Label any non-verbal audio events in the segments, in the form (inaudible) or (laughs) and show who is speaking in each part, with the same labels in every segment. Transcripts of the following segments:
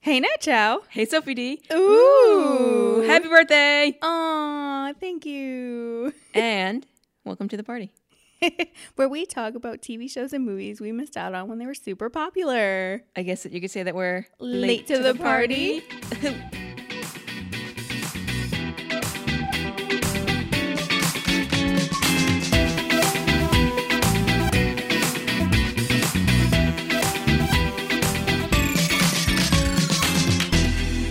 Speaker 1: Hey Nat Chow.
Speaker 2: Hey, Sophie D.
Speaker 1: Ooh.
Speaker 2: Happy birthday!
Speaker 1: Aw, thank you. (laughs)
Speaker 2: and welcome to the party.
Speaker 1: Where we talk about TV shows and movies we missed out on when they were super popular. (laughs)
Speaker 2: I guess that you could say that we're
Speaker 1: Late to the party.
Speaker 2: party. (laughs)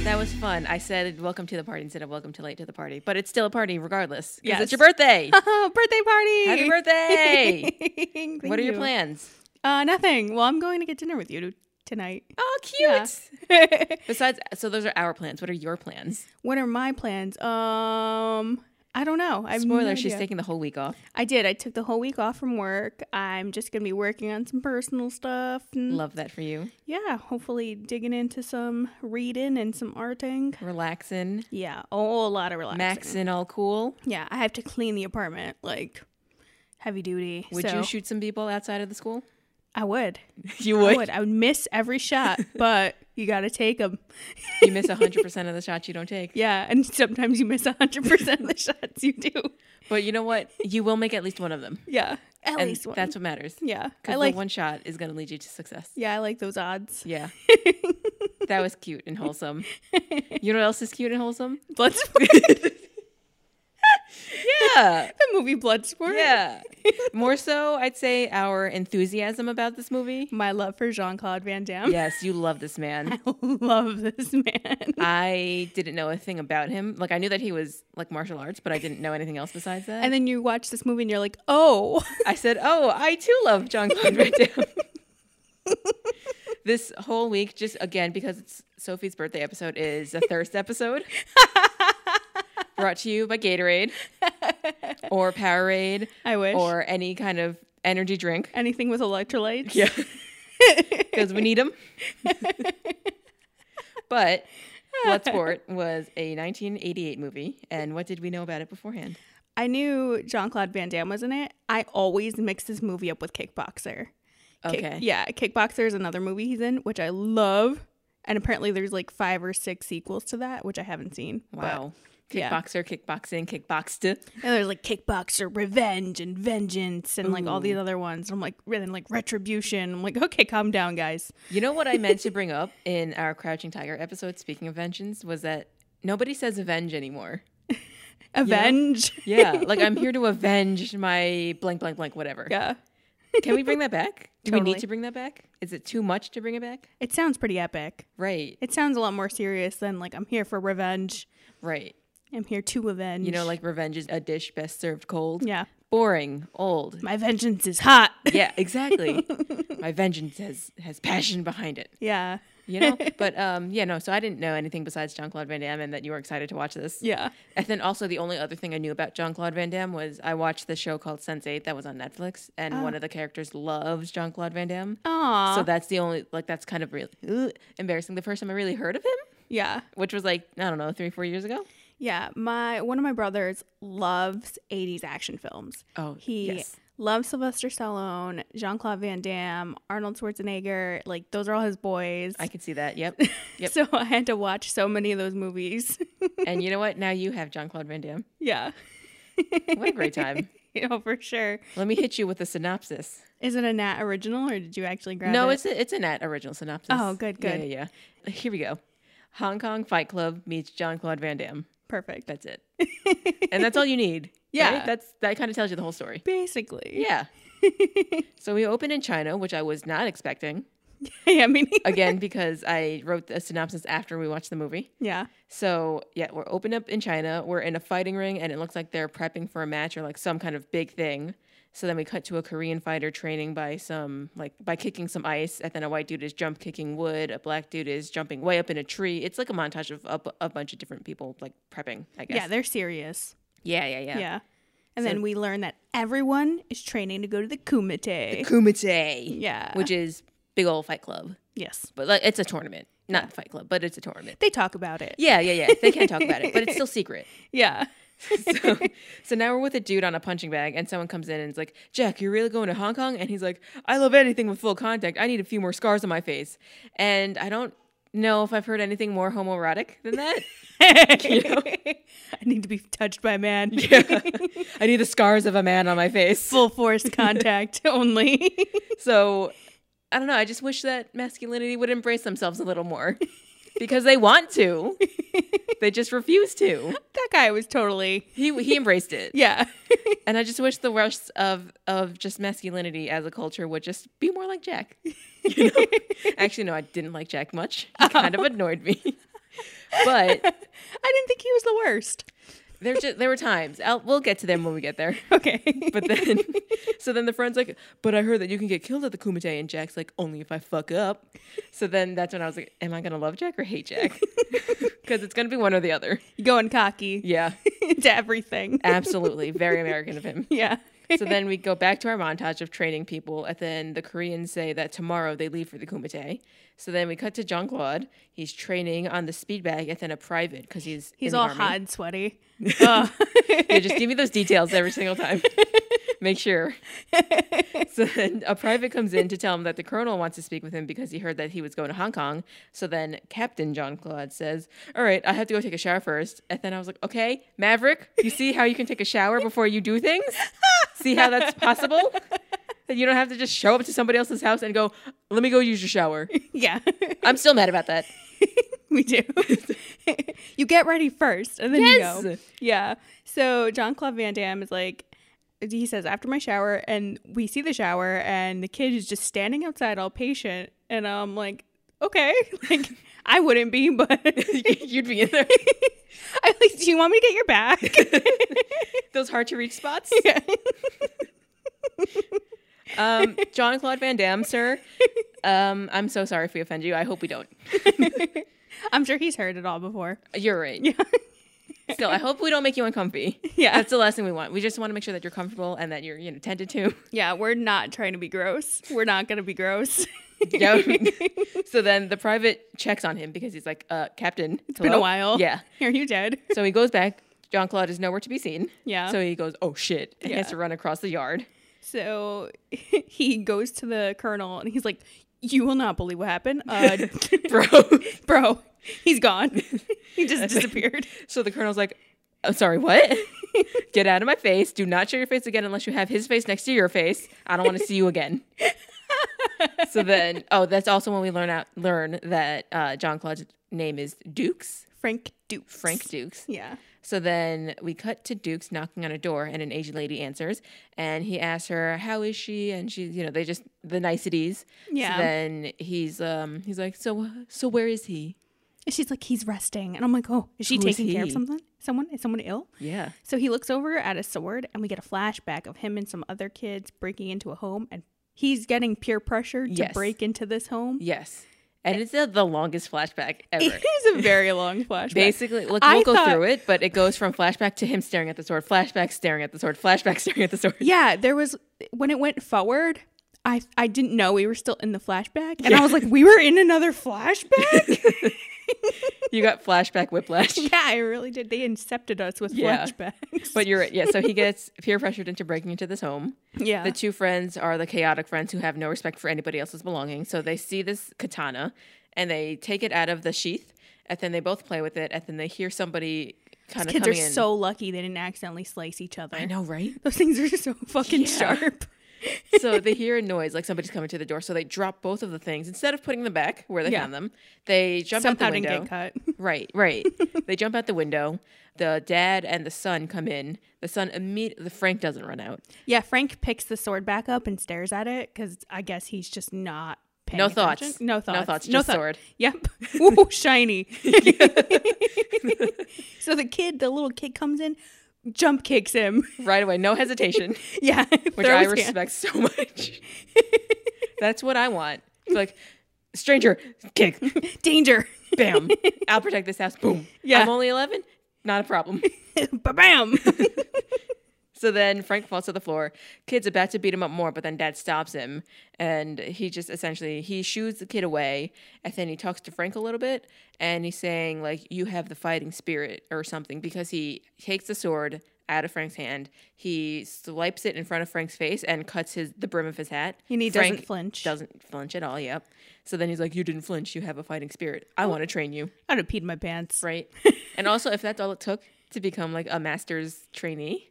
Speaker 2: that was fun. I said welcome to the party instead of welcome to late to the party, but it's still a party regardless. 'cause
Speaker 1: Yes.
Speaker 2: it's your (laughs) birthday.
Speaker 1: Oh, birthday party.
Speaker 2: Happy birthday!
Speaker 1: (laughs) Thank
Speaker 2: what are your
Speaker 1: you.
Speaker 2: plans?
Speaker 1: Uh, nothing. Well, I'm going to get dinner with you t- tonight. (laughs)
Speaker 2: Oh, cute.
Speaker 1: Yeah.
Speaker 2: Besides, so those are our plans. What are your plans?
Speaker 1: what are my plans? Um, I don't know. I have no
Speaker 2: Spoiler, she's
Speaker 1: idea.
Speaker 2: taking the whole week off.
Speaker 1: I did. I took the whole week off from work. I'm just gonna be working on some personal stuff. And
Speaker 2: Love that for you.
Speaker 1: yeah, hopefully digging into some reading and some arting.
Speaker 2: Relaxing,
Speaker 1: Yeah, a whole lot of relaxing.
Speaker 2: maxing all cool.
Speaker 1: Yeah, I have to clean the apartment like heavy duty.
Speaker 2: Would
Speaker 1: so
Speaker 2: you shoot some people outside of the school?
Speaker 1: (laughs) I would.
Speaker 2: You
Speaker 1: I would. I would miss every
Speaker 2: (laughs)
Speaker 1: shot, but you got to take them.
Speaker 2: you miss 100% of the shots you don't take.
Speaker 1: Yeah, and sometimes you miss 100% of the shots you do.
Speaker 2: But you know what? You will make at least one of them.
Speaker 1: Yeah, at
Speaker 2: and
Speaker 1: least one.
Speaker 2: that's what matters.
Speaker 1: yeah, I
Speaker 2: Because
Speaker 1: like.
Speaker 2: one shot is going to lead you to success.
Speaker 1: yeah, I like those odds. (laughs)
Speaker 2: Yeah. that was cute and wholesome. You know what else is cute and wholesome?
Speaker 1: (laughs)
Speaker 2: (laughs)
Speaker 1: Bloodsport.
Speaker 2: Yeah.
Speaker 1: the movie Bloodsport. (laughs)
Speaker 2: Yeah. More so, I'd say our enthusiasm about this movie.
Speaker 1: My love for Jean Claude Van Damme.
Speaker 2: Yes, you love this man.
Speaker 1: (laughs) I love this man.
Speaker 2: I didn't know a thing about him. Like I knew that he was like martial arts, but I didn't know anything else besides that.
Speaker 1: and
Speaker 2: And
Speaker 1: then you watch this movie and you're like, oh,
Speaker 2: (laughs) I said, "Oh, I too love John Claude Van
Speaker 1: (laughs)
Speaker 2: Damme." this whole week, just again because it's Sophie's birthday episode, is a thirst
Speaker 1: (laughs)
Speaker 2: episode. Brought to you by Gatorade or Powerade
Speaker 1: I wish.
Speaker 2: or any kind of energy drink.
Speaker 1: anything with electrolytes.
Speaker 2: (laughs) because we need them.
Speaker 1: (laughs)
Speaker 2: but
Speaker 1: (laughs)
Speaker 2: Bloodsport was a 1988 movie, and what did we know about it beforehand?
Speaker 1: I knew Jean Claude Van Damme was in it. I always mix this movie up with Kickboxer. Kick-
Speaker 2: Okay,
Speaker 1: yeah, Kickboxer is another movie he's in, which I love. And apparently there's like five or six sequels to that, which I haven't seen. but-
Speaker 2: wow.
Speaker 1: yeah.
Speaker 2: Kickboxer, kickboxing, kickboxed.
Speaker 1: and there's like Kickboxer Revenge and Vengeance and like all these other ones. I'm like, and like Retribution. I'm like, okay, calm down, guys.
Speaker 2: You know what I meant to bring up in our Crouching Tiger episode, speaking of vengeance, was that nobody says avenge anymore.
Speaker 1: Avenge.
Speaker 2: Yeah, (laughs) like I'm here to avenge my blank, blank, blank, whatever.
Speaker 1: (laughs) yeah.
Speaker 2: Can we bring that back? Do we
Speaker 1: Totally.
Speaker 2: need to bring that back? Is it too much to bring it back?
Speaker 1: It sounds pretty epic.
Speaker 2: Right,
Speaker 1: It sounds a lot more serious than like, I'm here for revenge.
Speaker 2: right.
Speaker 1: I'm here to avenge.
Speaker 2: You know, like revenge is a dish best served cold.
Speaker 1: yeah.
Speaker 2: Boring, old,
Speaker 1: My vengeance is hot.
Speaker 2: (laughs) yeah
Speaker 1: (laughs)
Speaker 2: exactly my vengeance has has passion behind it
Speaker 1: yeah. (laughs)
Speaker 2: you know but um yeah no so i didn't know anything besides john claude van damme and that you were excited to watch this
Speaker 1: Yeah.
Speaker 2: and then also the only other thing i knew about john claude van damme was i watched the show called sense 8 that was on netflix and one of the characters loves john claude van damme
Speaker 1: Ah. Aw.
Speaker 2: so that's the only like that's kind of really ugh, embarrassing the first time i really heard of him
Speaker 1: yeah.
Speaker 2: which was like i don't know three four years ago
Speaker 1: Yeah. My one of my brothers loves 80s action films.
Speaker 2: oh
Speaker 1: He
Speaker 2: yes.
Speaker 1: loves Sylvester Stallone, Jean-Claude Van Damme, Arnold Schwarzenegger, like those are all his boys. (laughs)
Speaker 2: i could see that yep yep
Speaker 1: So I had to watch so many of those movies. (laughs)
Speaker 2: and you know what now you have john claude van damme
Speaker 1: yeah. (laughs)
Speaker 2: (laughs) what a great time
Speaker 1: You know, for sure.
Speaker 2: let me hit you with a synopsis
Speaker 1: Is it a Nat original or did you actually grab it?
Speaker 2: No, it's a, it's a Nat original synopsis.
Speaker 1: Oh, good,
Speaker 2: Yeah,
Speaker 1: good.
Speaker 2: Yeah, yeah. Here we go. Hong Kong Fight Club meets John Claude Van Damme.
Speaker 1: perfect. (laughs)
Speaker 2: That's it, and that's all you need.
Speaker 1: Yeah.
Speaker 2: right? that's that kind of tells you the whole story.
Speaker 1: Basically.
Speaker 2: Yeah. so we open in China, which I was not expecting.
Speaker 1: (laughs) Yeah, I mean,
Speaker 2: (laughs)
Speaker 1: (laughs)
Speaker 2: Again, because I wrote the synopsis after we watched the movie.
Speaker 1: yeah.
Speaker 2: So yeah, we're open up in China. We're in a fighting ring, and it looks like they're prepping for a match or like some kind of big thing. So then we cut to a Korean fighter training by some like by kicking some ice, and then a white dude is jump kicking wood, a black dude is jumping way up in a tree. It's like a montage of a, bu- a bunch of different people like prepping. I
Speaker 1: Yeah,
Speaker 2: guess.
Speaker 1: they're serious.
Speaker 2: Yeah. Yeah. Yeah.
Speaker 1: Yeah. And
Speaker 2: So-
Speaker 1: then we learn that everyone is training to go to the Kumite.
Speaker 2: Kumite.
Speaker 1: yeah.
Speaker 2: Which is big old fight club,
Speaker 1: yes.
Speaker 2: but like it's a tournament, not fight club, but it's a tournament.
Speaker 1: They talk about it.
Speaker 2: Yeah. Yeah. Yeah. They can't talk about it, (laughs) but it's still secret. (laughs)
Speaker 1: Yeah.
Speaker 2: so, so now we're with a dude on a punching bag, and someone comes in and is like, Jack, you're really going to Hong Kong? And he's like, I love anything with full contact. I need a few more scars on my face. And I don't No, if I've heard anything more homoerotic than that,
Speaker 1: (laughs) I need to be touched by a man.
Speaker 2: yeah. I need the scars of a man on my face.
Speaker 1: (laughs) Full force
Speaker 2: (laughs)
Speaker 1: contact only. (laughs)
Speaker 2: So I don't know. I just wish that masculinity would embrace themselves a little more because they want to. They just refuse to.
Speaker 1: that guy was totally.
Speaker 2: He he embraced it,
Speaker 1: Yeah. (laughs)
Speaker 2: and I just wish the rest of of just masculinity as a culture would just be more like Jack. (laughs) You know? Actually, no, I didn't like Jack much. He kind of annoyed me.
Speaker 1: I
Speaker 2: But
Speaker 1: didn't think he was the worst.
Speaker 2: there just there were times. I'll, we'll get to them when we get there.
Speaker 1: Okay.
Speaker 2: (laughs) But then, so then the friend's like, but I heard that you can get killed at the Kumite. And Jack's like, only if I fuck up. So then that's when I was like, am I going to love Jack or hate Jack? (laughs) Because it's going to be one or the other.
Speaker 1: You're (laughs) going cocky
Speaker 2: Yeah,
Speaker 1: (laughs) to everything.
Speaker 2: absolutely. Very American of him.
Speaker 1: yeah. (laughs)
Speaker 2: So then we go back to our montage of training people. And then the Koreans say that tomorrow they leave for the Kumite. So then we cut to Jean Claude. He's training on the speed bag and then a private because he's in
Speaker 1: He's
Speaker 2: the
Speaker 1: all
Speaker 2: army.
Speaker 1: hot and sweaty. Ugh.
Speaker 2: Yeah, just give me those details every single time. Make sure. So then a private comes in to tell him that the colonel wants to speak with him because he heard that he was going to Hong Kong. So then Captain John Claude says, All right, I have to go take a shower first. And then I was like, Okay, Maverick, you see how you can take a shower before you do things? See how that's possible? That you don't have to just show up to somebody else's house and go, Let me go use your shower.
Speaker 1: yeah. (laughs)
Speaker 2: I'm still mad about that.
Speaker 1: We do. (laughs) you get ready first and then
Speaker 2: Yes.
Speaker 1: you go. Yeah. So John Claude Van Damme is like, he says, after my shower, and we see the shower, and the kid is just standing outside all patient. And I'm like, okay. (laughs) Like, I wouldn't be, but (laughs)
Speaker 2: You'd be in there.
Speaker 1: I'm like, do you want me to get your back? (laughs)
Speaker 2: Those hard to reach spots.
Speaker 1: Yeah.
Speaker 2: Um, John Claude Van Damme, sir. Um, I'm so sorry if we offend you. I hope we don't.
Speaker 1: I'm sure he's heard it all before. (laughs)
Speaker 2: You're right.
Speaker 1: Yeah.
Speaker 2: Still, I hope we don't make you uncomfy.
Speaker 1: Yeah.
Speaker 2: That's the last thing we want. We just want to make sure that you're comfortable and that you're, you know,
Speaker 1: (laughs)
Speaker 2: tended to.
Speaker 1: Yeah, we're not trying to be gross. We're not going to be gross.
Speaker 2: Yeah. (laughs) so then the private checks on him because he's like, uh, Captain. It's
Speaker 1: been a while.
Speaker 2: Yeah.
Speaker 1: (laughs) Are you dead?
Speaker 2: So he goes back. John Claude is nowhere to be seen.
Speaker 1: Yeah.
Speaker 2: So he goes, oh shit. And He has
Speaker 1: Yeah.
Speaker 2: to run across
Speaker 1: (laughs)
Speaker 2: the yard. (laughs)
Speaker 1: So (laughs) he goes to the colonel and he's like, "You will not believe what happened, (laughs) uh,
Speaker 2: Bro.
Speaker 1: bro. He's gone. (laughs) he just disappeared."
Speaker 2: so the colonel's like, I'm sorry, what? (laughs) Get out of my face. Do not show your face again unless you have his face next to your face. I don't want to see you again. so then, oh, that's also when we learn out learn that uh, John Claude's name is Dukes,
Speaker 1: Frank Duke.
Speaker 2: Frank Dukes.
Speaker 1: Yeah.
Speaker 2: So then we cut to Dukes knocking on a door, and an Asian lady answers, and he asks her, "How is she?" And she's, you know, they just the niceties.
Speaker 1: Yeah.
Speaker 2: So then he's um he's like, "So so where is he?"
Speaker 1: And she's like, "He's resting," and I'm like, "Oh, is she
Speaker 2: Who is
Speaker 1: taking care of
Speaker 2: he?
Speaker 1: someone? Someone is someone ill?"
Speaker 2: Yeah.
Speaker 1: So he looks over at a sword, and we get a flashback of him and some other kids breaking into a home, and he's getting peer pressure to
Speaker 2: Yes.
Speaker 1: break into this home.
Speaker 2: Yes. And it's uh, the longest flashback ever.
Speaker 1: It is a very (laughs) long flashback.
Speaker 2: Basically, look,
Speaker 1: I
Speaker 2: we'll go
Speaker 1: thought-
Speaker 2: through it, but it goes from flashback to him staring at the sword, flashback staring at the sword, flashback (laughs) staring at the sword.
Speaker 1: Yeah, there was when it went forward. I I didn't know we were still in the flashback, and I was like, we were in another flashback.
Speaker 2: You got flashback whiplash.
Speaker 1: (laughs) yeah, I really did. They incepted us with
Speaker 2: Yeah.
Speaker 1: flashbacks.
Speaker 2: But you're right. Yeah, so he gets peer pressured into breaking into this home.
Speaker 1: (laughs) yeah,
Speaker 2: The two friends are the chaotic friends who have no respect for anybody else's belongings. So they see this katana and they take it out of the sheath, and then they both play with it, and then they hear somebody kind of
Speaker 1: kids are
Speaker 2: coming in.
Speaker 1: so lucky they didn't accidentally slice each other.
Speaker 2: I know, right?
Speaker 1: Those things are so fucking sharp.
Speaker 2: (laughs) so they hear a noise like somebody's coming to the door. So they drop both of the things instead of putting them back where they
Speaker 1: Yeah.
Speaker 2: found them. They jump
Speaker 1: Somehow
Speaker 2: out the
Speaker 1: didn't
Speaker 2: window.
Speaker 1: get cut.
Speaker 2: Right, right. they jump out the window. The dad and the son come in. The son immediately. The Frank doesn't run out.
Speaker 1: Yeah, Frank picks the sword back up and stares at it because I guess he's just not. Paying
Speaker 2: No thoughts.
Speaker 1: attention. No
Speaker 2: No
Speaker 1: thoughts.
Speaker 2: thoughts, just
Speaker 1: thought-
Speaker 2: sword. (laughs)
Speaker 1: Yep. Ooh, shiny. so the kid, the little kid comes in, jump kicks him. (laughs)
Speaker 2: Right away, no hesitation,
Speaker 1: Yeah.
Speaker 2: (laughs) which I respect so much. That's what I want. It's like stranger kick,
Speaker 1: Danger.
Speaker 2: (laughs)
Speaker 1: (laughs)
Speaker 2: bam. I'll protect this house. Boom.
Speaker 1: Yeah.
Speaker 2: I'm only eleven. Not a problem.
Speaker 1: Bam.
Speaker 2: So then Frank falls to the floor. Kid's about to beat him up more, but then dad stops him. And he just essentially he shoos the kid away. And then he talks to Frank a little bit and he's saying, like, you have the fighting spirit or something, because he takes the sword out of Frank's hand. He swipes it in front of Frank's face and cuts his the brim of his hat.
Speaker 1: And he
Speaker 2: Frank
Speaker 1: doesn't flinch.
Speaker 2: Doesn't flinch at all. Yep. So then he's like, "You didn't flinch. You have a fighting spirit. I want to train you."
Speaker 1: (laughs) I'd have peed my pants.
Speaker 2: Right. and also, if that's all it took to become like a master's trainee,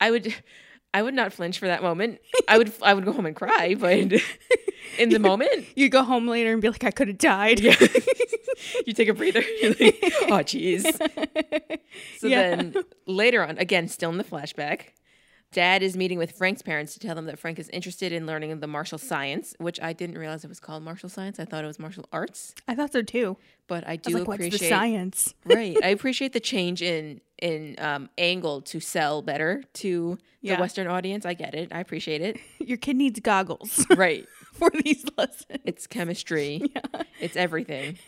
Speaker 2: I would, (laughs) I would not flinch for that moment. I would, I would go home and cry. But in the moment,
Speaker 1: You go home later and be like, I could have died.
Speaker 2: yeah, you take a breather. (laughs) You're like, oh,
Speaker 1: (laughs)
Speaker 2: jeez. So
Speaker 1: Yeah.
Speaker 2: then later on, again, still in the flashback, Dad is meeting with Frank's parents to tell them that Frank is interested in learning the martial science, which I didn't realize it was called martial science. I thought it was martial arts,
Speaker 1: (laughs) I thought so too.
Speaker 2: but I
Speaker 1: I
Speaker 2: do
Speaker 1: was like, what's the
Speaker 2: appreciate
Speaker 1: science? (laughs)
Speaker 2: right. I appreciate the change in in um, angle to sell better to
Speaker 1: Yeah.
Speaker 2: the Western audience. I get it. I appreciate it.
Speaker 1: Your kid needs goggles (laughs)
Speaker 2: Right.
Speaker 1: for these lessons.
Speaker 2: It's
Speaker 1: (laughs)
Speaker 2: chemistry. It's everything.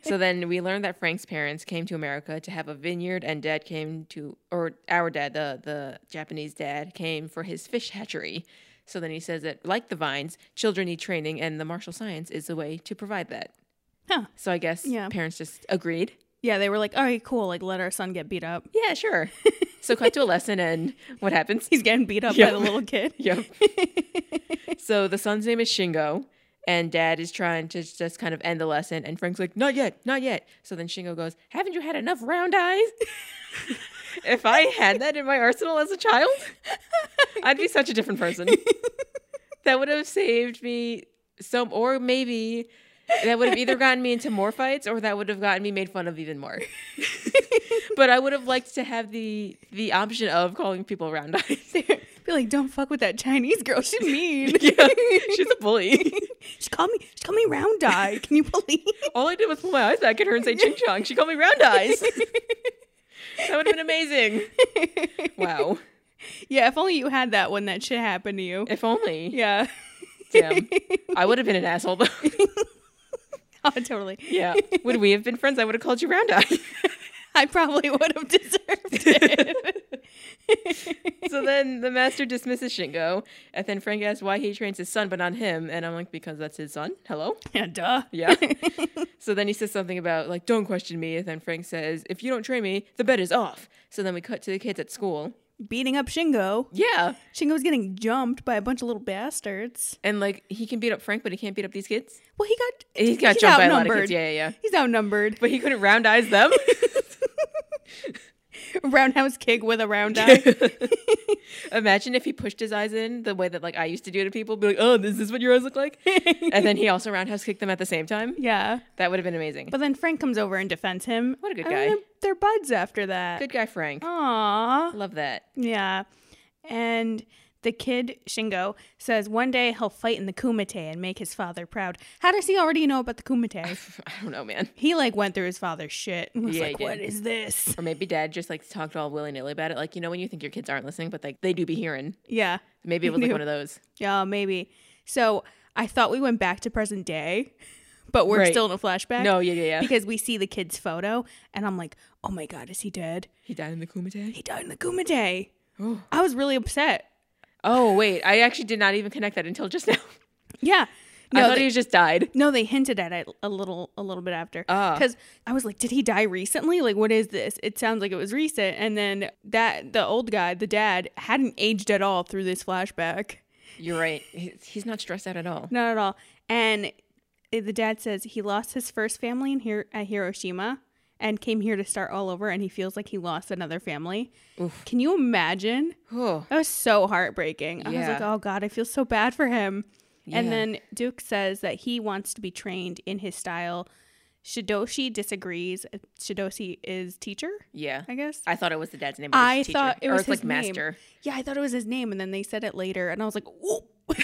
Speaker 2: so then we learned that Frank's parents came to America to have a vineyard, and Dad came to, or our dad, the the Japanese dad, came for his fish hatchery. So then he says that, like the vines, children need training, and the martial science is the way to provide that.
Speaker 1: Huh.
Speaker 2: So I guess
Speaker 1: Yeah.
Speaker 2: parents just agreed.
Speaker 1: Yeah, they were like, all right, cool. Like, let our son get beat up.
Speaker 2: Yeah, sure. so cut to a lesson, and what happens?
Speaker 1: He's getting beat up
Speaker 2: Yeah.
Speaker 1: by the little kid.
Speaker 2: Yep. so the son's name is Shingo, and dad is trying to just kind of end the lesson, and Frank's like, not yet, not yet. So then Shingo goes, Haven't you had enough round eyes? if I had that in my arsenal as a child, I'd be such a different person. that would have saved me some, or maybe that would have either gotten me into more fights or that would have gotten me made fun of even more. but I would have liked to have the the option of calling people round eyes.
Speaker 1: (laughs) Be like, don't fuck with that Chinese girl.
Speaker 2: (laughs)
Speaker 1: She's mean. (laughs)
Speaker 2: yeah, she's a bully.
Speaker 1: she called me. She called me round eye. Can you believe? (laughs)
Speaker 2: All I did was pull my eyes back at her and say ching chong. She called me round eyes. that would have been amazing. Wow.
Speaker 1: Yeah, if only you had that when that shit happened to you.
Speaker 2: If only.
Speaker 1: Yeah. (laughs)
Speaker 2: Damn. I would have been an asshole though. (laughs)
Speaker 1: Oh, totally.
Speaker 2: yeah. Would we have been friends? I would have called you round eye.
Speaker 1: I probably would have deserved it.
Speaker 2: (laughs) so then the master dismisses Shingo, and then Frank asks why he trains his son but not him, and I'm like, because that's his son. Hello.
Speaker 1: yeah, duh.
Speaker 2: Yeah. so then he says something about like, don't question me, and then Frank says, if you don't train me, the bet is off. So then we cut to the kids at school.
Speaker 1: Beating up Shingo.
Speaker 2: Yeah.
Speaker 1: Shingo's getting jumped by a bunch of little bastards.
Speaker 2: And like he can beat up Frank, but he can't beat up these kids.
Speaker 1: Well, he got
Speaker 2: He's got
Speaker 1: he's
Speaker 2: jumped by a lot of
Speaker 1: outnumbered.
Speaker 2: kids. Yeah, yeah, yeah.
Speaker 1: He's outnumbered.
Speaker 2: But he couldn't round eyes (laughs) them.
Speaker 1: (laughs) Roundhouse kick with a round eye.
Speaker 2: (laughs) Imagine if he pushed his eyes in the way that like I used to do to people, be like, "Oh, this is what your eyes look like," (laughs)
Speaker 1: (laughs)
Speaker 2: and then he also roundhouse kicked them at the same time.
Speaker 1: yeah.
Speaker 2: That would have been amazing.
Speaker 1: But then Frank comes over and defends him.
Speaker 2: What a good
Speaker 1: And
Speaker 2: guy.
Speaker 1: They're, they're buds after that.
Speaker 2: Good guy Frank.
Speaker 1: Aww.
Speaker 2: Love that. (laughs)
Speaker 1: Yeah. And the kid, Shingo, says one day he'll fight in the Kumite and make his father proud. How does he already know about the Kumite?
Speaker 2: (laughs) I don't know, man.
Speaker 1: He like went through his father's shit and was
Speaker 2: Yeah, he
Speaker 1: like,
Speaker 2: did.
Speaker 1: what is this?
Speaker 2: Or maybe Dad just like talked all willy nilly about it. Like you know when you think your kids aren't listening, but like they do be hearing.
Speaker 1: Yeah.
Speaker 2: Maybe it was
Speaker 1: Yeah.
Speaker 2: like one of those.
Speaker 1: Yeah, maybe. So I thought we went back to present day, but we're
Speaker 2: Right.
Speaker 1: still in a flashback.
Speaker 2: No, yeah, yeah, yeah.
Speaker 1: Because we see the kid's photo and I'm like, oh my God, is he dead?
Speaker 2: He died in the Kumite.
Speaker 1: He died in the Kumite.
Speaker 2: Oh.
Speaker 1: I was really upset.
Speaker 2: Oh wait, I actually did not even connect that until just now. (laughs)
Speaker 1: Yeah.
Speaker 2: I
Speaker 1: No,
Speaker 2: thought
Speaker 1: they-
Speaker 2: he just died.
Speaker 1: No, they hinted at it a little, a little bit after.
Speaker 2: Ah.
Speaker 1: Because I was like, did he die recently? Like, what is this? It sounds like it was recent. And then that the old guy, the dad, hadn't aged at all through this flashback.
Speaker 2: You're right. He's he's not stressed out at all.
Speaker 1: Not at all. And i- the dad says he lost his first family in here at Hiroshima and came here to start all over. And he feels like he lost another family. Can you imagine?
Speaker 2: (sighs) Oh,
Speaker 1: That was so heartbreaking. I was like,
Speaker 2: Yeah.
Speaker 1: oh God, I feel so bad for him. And
Speaker 2: Yeah.
Speaker 1: then Duke says that he wants to be trained in his style. Shidoshi disagrees. Shidoshi is teacher,
Speaker 2: yeah.
Speaker 1: I guess.
Speaker 2: I thought it was the dad's name. but
Speaker 1: I
Speaker 2: it's teacher.
Speaker 1: thought it
Speaker 2: Or
Speaker 1: was
Speaker 2: it's
Speaker 1: his
Speaker 2: like
Speaker 1: name. (laughs)
Speaker 2: master.
Speaker 1: Yeah, I thought it was his name, and then they said it later, and I was like, "Ooh,
Speaker 2: (laughs)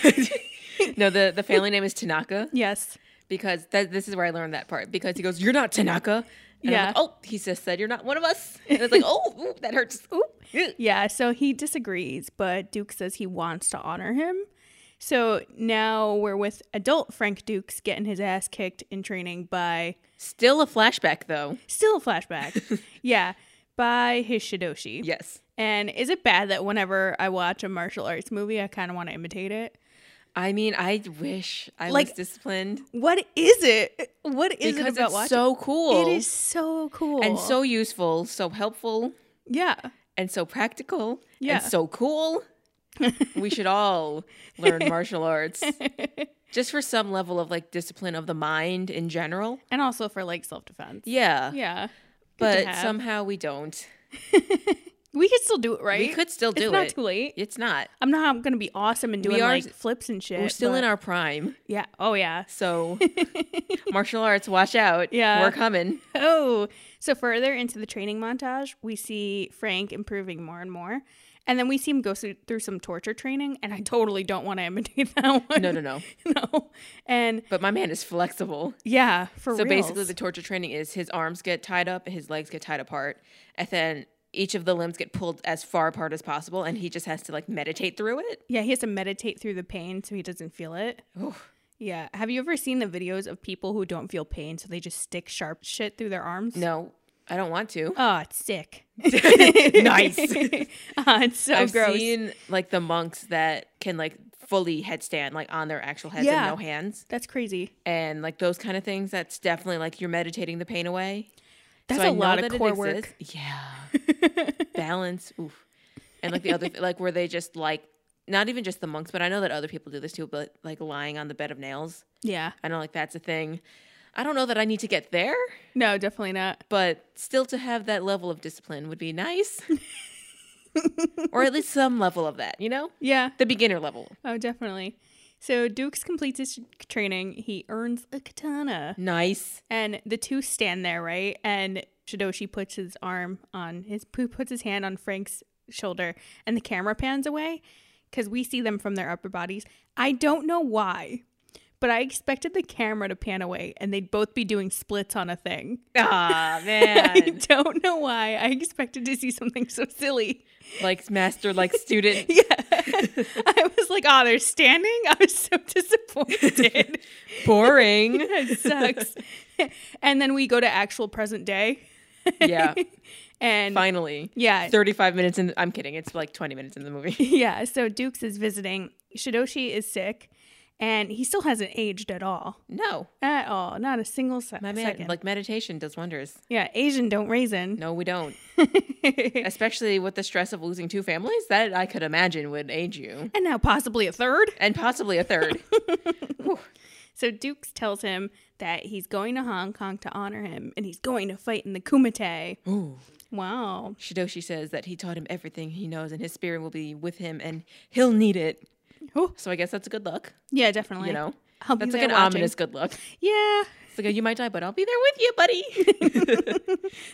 Speaker 2: No, the, the family name is Tanaka
Speaker 1: yes,
Speaker 2: because that, this is where I learned that part because he goes, "You're not Tanaka." And
Speaker 1: Yeah.
Speaker 2: I'm like, oh, he just said you're not one of us. (laughs) And it's like, oh, ooh, that hurts. Ooh. Ew.
Speaker 1: yeah." So he disagrees, but Duke says he wants to honor him. So now we're with adult Frank Dukes getting his ass kicked in training by
Speaker 2: Still a flashback though.
Speaker 1: still a flashback,
Speaker 2: (laughs)
Speaker 1: yeah, by his Shidoshi.
Speaker 2: Yes.
Speaker 1: And is it bad that whenever I watch a martial arts movie, I kind of want to imitate it?
Speaker 2: I mean, I wish I
Speaker 1: Like,
Speaker 2: was disciplined
Speaker 1: What is it? What is it
Speaker 2: because
Speaker 1: about
Speaker 2: it's
Speaker 1: watching?
Speaker 2: so cool
Speaker 1: It is so cool
Speaker 2: and so useful, so helpful.
Speaker 1: yeah.
Speaker 2: and so practical
Speaker 1: Yeah.
Speaker 2: and so cool. we should all
Speaker 1: (laughs)
Speaker 2: learn martial arts just for some level of like discipline of the mind in general.
Speaker 1: and also for like self defense.
Speaker 2: Yeah,
Speaker 1: Yeah. Good to
Speaker 2: but
Speaker 1: have.
Speaker 2: somehow we don't.
Speaker 1: we could still do it, right?
Speaker 2: We could still
Speaker 1: It's
Speaker 2: do
Speaker 1: not
Speaker 2: it.
Speaker 1: too late.
Speaker 2: It's not.
Speaker 1: I'm not going to be awesome and
Speaker 2: We
Speaker 1: doing
Speaker 2: are-
Speaker 1: like flips and shit.
Speaker 2: We're still in
Speaker 1: but-
Speaker 2: our prime.
Speaker 1: Yeah. Oh, yeah. (laughs)
Speaker 2: So martial arts, watch out.
Speaker 1: Yeah.
Speaker 2: We're coming.
Speaker 1: Oh. So further into the training montage, we see Frank improving more and more. And then we see him go through, through some torture training. And I totally don't want to imitate (laughs) that one.
Speaker 2: No, no, no.
Speaker 1: no. And
Speaker 2: But my man is flexible.
Speaker 1: yeah, for
Speaker 2: So basically,
Speaker 1: reals.
Speaker 2: the torture training is his arms get tied up and his legs get tied apart, and then each of the limbs get pulled as far apart as possible, and he just has to like meditate through it.
Speaker 1: yeah, he has to meditate through the pain so he doesn't feel it.
Speaker 2: Oof.
Speaker 1: Yeah. Have you ever seen the videos of people who don't feel pain, so they just stick sharp shit through their arms?
Speaker 2: No, I don't
Speaker 1: (laughs)
Speaker 2: want to.
Speaker 1: Oh, it's
Speaker 2: (laughs)
Speaker 1: sick. (laughs)
Speaker 2: Nice.
Speaker 1: Uh, it's so
Speaker 2: I've
Speaker 1: gross.
Speaker 2: seen like the monks that can like fully headstand like on their actual heads
Speaker 1: Yeah.
Speaker 2: and no hands,
Speaker 1: That's crazy.
Speaker 2: and like those kind of things. That's definitely like you're meditating the pain away.
Speaker 1: That's
Speaker 2: a
Speaker 1: a lot of core work. (laughs)
Speaker 2: Yeah. Balance. Oof. And like the other, (laughs) like where they just like, not even just the monks, but I know that other people do this too, but like lying on the bed of nails.
Speaker 1: Yeah.
Speaker 2: I know like that's a thing. I don't know that I need to get there,
Speaker 1: No, definitely not.
Speaker 2: but still to have that level of discipline would be nice. (laughs) or at least some level of that, you know?
Speaker 1: Yeah.
Speaker 2: The beginner level.
Speaker 1: Oh, definitely. So Dukes completes his training. He earns a katana.
Speaker 2: Nice.
Speaker 1: And the two stand there, right? And Shidoshi puts his arm on his who puts his hand on Frank's shoulder and the camera pans away cuz we see them from their upper bodies. I don't know why, but I expected the camera to pan away and they'd both be doing splits on a thing. (laughs)
Speaker 2: Ah,
Speaker 1: I
Speaker 2: man.
Speaker 1: don't know why. I expected to see something so silly. (laughs)
Speaker 2: like master, like student.
Speaker 1: Yeah. I was like, "Oh, they're standing?" (laughs) I was so disappointed.
Speaker 2: Boring.
Speaker 1: it sucks. (laughs) and then we go to actual present day.
Speaker 2: Yeah.
Speaker 1: (laughs) And
Speaker 2: Finally.
Speaker 1: yeah,
Speaker 2: 35 minutes in i'm kidding it's like 20 minutes in the movie
Speaker 1: (laughs) yeah. So Dukes is visiting. Shidoshi is sick, and he still hasn't aged at all.
Speaker 2: no
Speaker 1: At all. Not a single se-
Speaker 2: my man
Speaker 1: second.
Speaker 2: like meditation does wonders
Speaker 1: yeah, Asian don't raisin.
Speaker 2: no we don't especially with the stress of losing two families that i could imagine would age you
Speaker 1: (laughs) and now possibly a third.
Speaker 2: and possibly a third
Speaker 1: (laughs) So Dukes tells him that he's going to Hong Kong to honor him, and he's going to fight in the Kumite.
Speaker 2: Ooh.
Speaker 1: Wow.
Speaker 2: shidoshi says that he taught him everything he knows and his spirit will be with him and he'll need it
Speaker 1: Oh.
Speaker 2: so i guess that's a good luck
Speaker 1: Yeah, definitely.
Speaker 2: you know
Speaker 1: I'll be
Speaker 2: that's like
Speaker 1: there
Speaker 2: an
Speaker 1: watching.
Speaker 2: ominous good luck
Speaker 1: Yeah.
Speaker 2: it's like a, you might die but i'll be there with you buddy (laughs)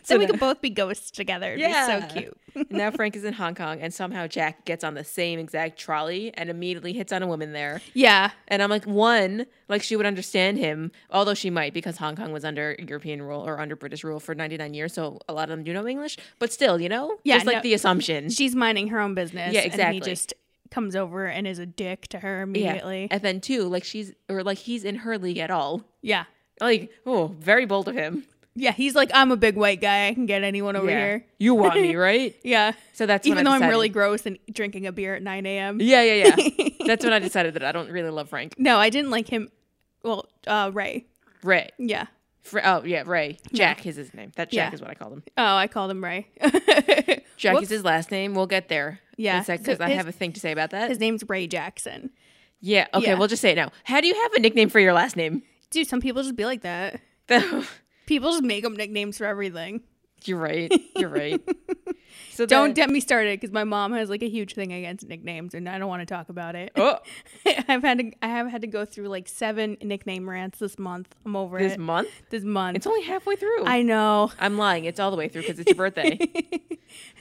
Speaker 1: So, we
Speaker 2: now-
Speaker 1: could both be ghosts together. It'd be
Speaker 2: Yeah.
Speaker 1: so cute.
Speaker 2: now frank is in hong kong and somehow jack gets on the same exact trolley and immediately hits on a woman there
Speaker 1: Yeah.
Speaker 2: And I'm like, one, like she would understand him, although she might because Hong Kong was under European rule or under British rule for 99 years. So a lot of them do know English, but still, you know,
Speaker 1: Yeah,
Speaker 2: there's like
Speaker 1: no-
Speaker 2: the assumption.
Speaker 1: She's minding her own business.
Speaker 2: Yeah,
Speaker 1: And he
Speaker 2: exactly.
Speaker 1: just comes over and is a dick to her
Speaker 2: Yeah.
Speaker 1: immediately. Yeah.
Speaker 2: And then two, like she's or like he's in her league at all. Like, oh, very bold of him.
Speaker 1: Yeah, he's like, I'm a big white guy. I can get anyone over
Speaker 2: Yeah.
Speaker 1: here.
Speaker 2: You want
Speaker 1: (laughs)
Speaker 2: me, right?
Speaker 1: Yeah.
Speaker 2: So that's when
Speaker 1: Even
Speaker 2: I
Speaker 1: though I'm
Speaker 2: decided-
Speaker 1: really gross and drinking a beer at 9 a.m.
Speaker 2: Yeah, yeah,
Speaker 1: (laughs)
Speaker 2: yeah. that's when I decided that I don't really love Frank.
Speaker 1: No, I didn't like him. Well, uh, Ray.
Speaker 2: Ray.
Speaker 1: Yeah.
Speaker 2: Fr- oh, yeah, Ray. Jack is his name. That Jack
Speaker 1: Yeah.
Speaker 2: is what I called him.
Speaker 1: Oh, I called him Ray. (laughs)
Speaker 2: Jack
Speaker 1: Whoops.
Speaker 2: is his last name. We'll get there.
Speaker 1: Yeah. So
Speaker 2: Because I
Speaker 1: his-
Speaker 2: have a thing to say about that.
Speaker 1: His name's Ray Jackson.
Speaker 2: Yeah. Okay.
Speaker 1: Yeah.
Speaker 2: We'll just say it now. How do you have a nickname for your last
Speaker 1: (laughs)
Speaker 2: name? (laughs)
Speaker 1: Dude, some people just be like that. People just make up nicknames for everything.
Speaker 2: You're right.
Speaker 1: (laughs)
Speaker 2: You're right. So
Speaker 1: Don't
Speaker 2: then-
Speaker 1: get me started because my mom has like a huge thing against nicknames, and I don't want to talk about it.
Speaker 2: oh,
Speaker 1: (laughs) I've had to, I have had to go through like seven nickname rants this month. I'm over
Speaker 2: this
Speaker 1: it
Speaker 2: month.
Speaker 1: this month.
Speaker 2: It's only halfway through. I,
Speaker 1: I know (laughs)
Speaker 2: am lying. It's all the way through because it's your birthday.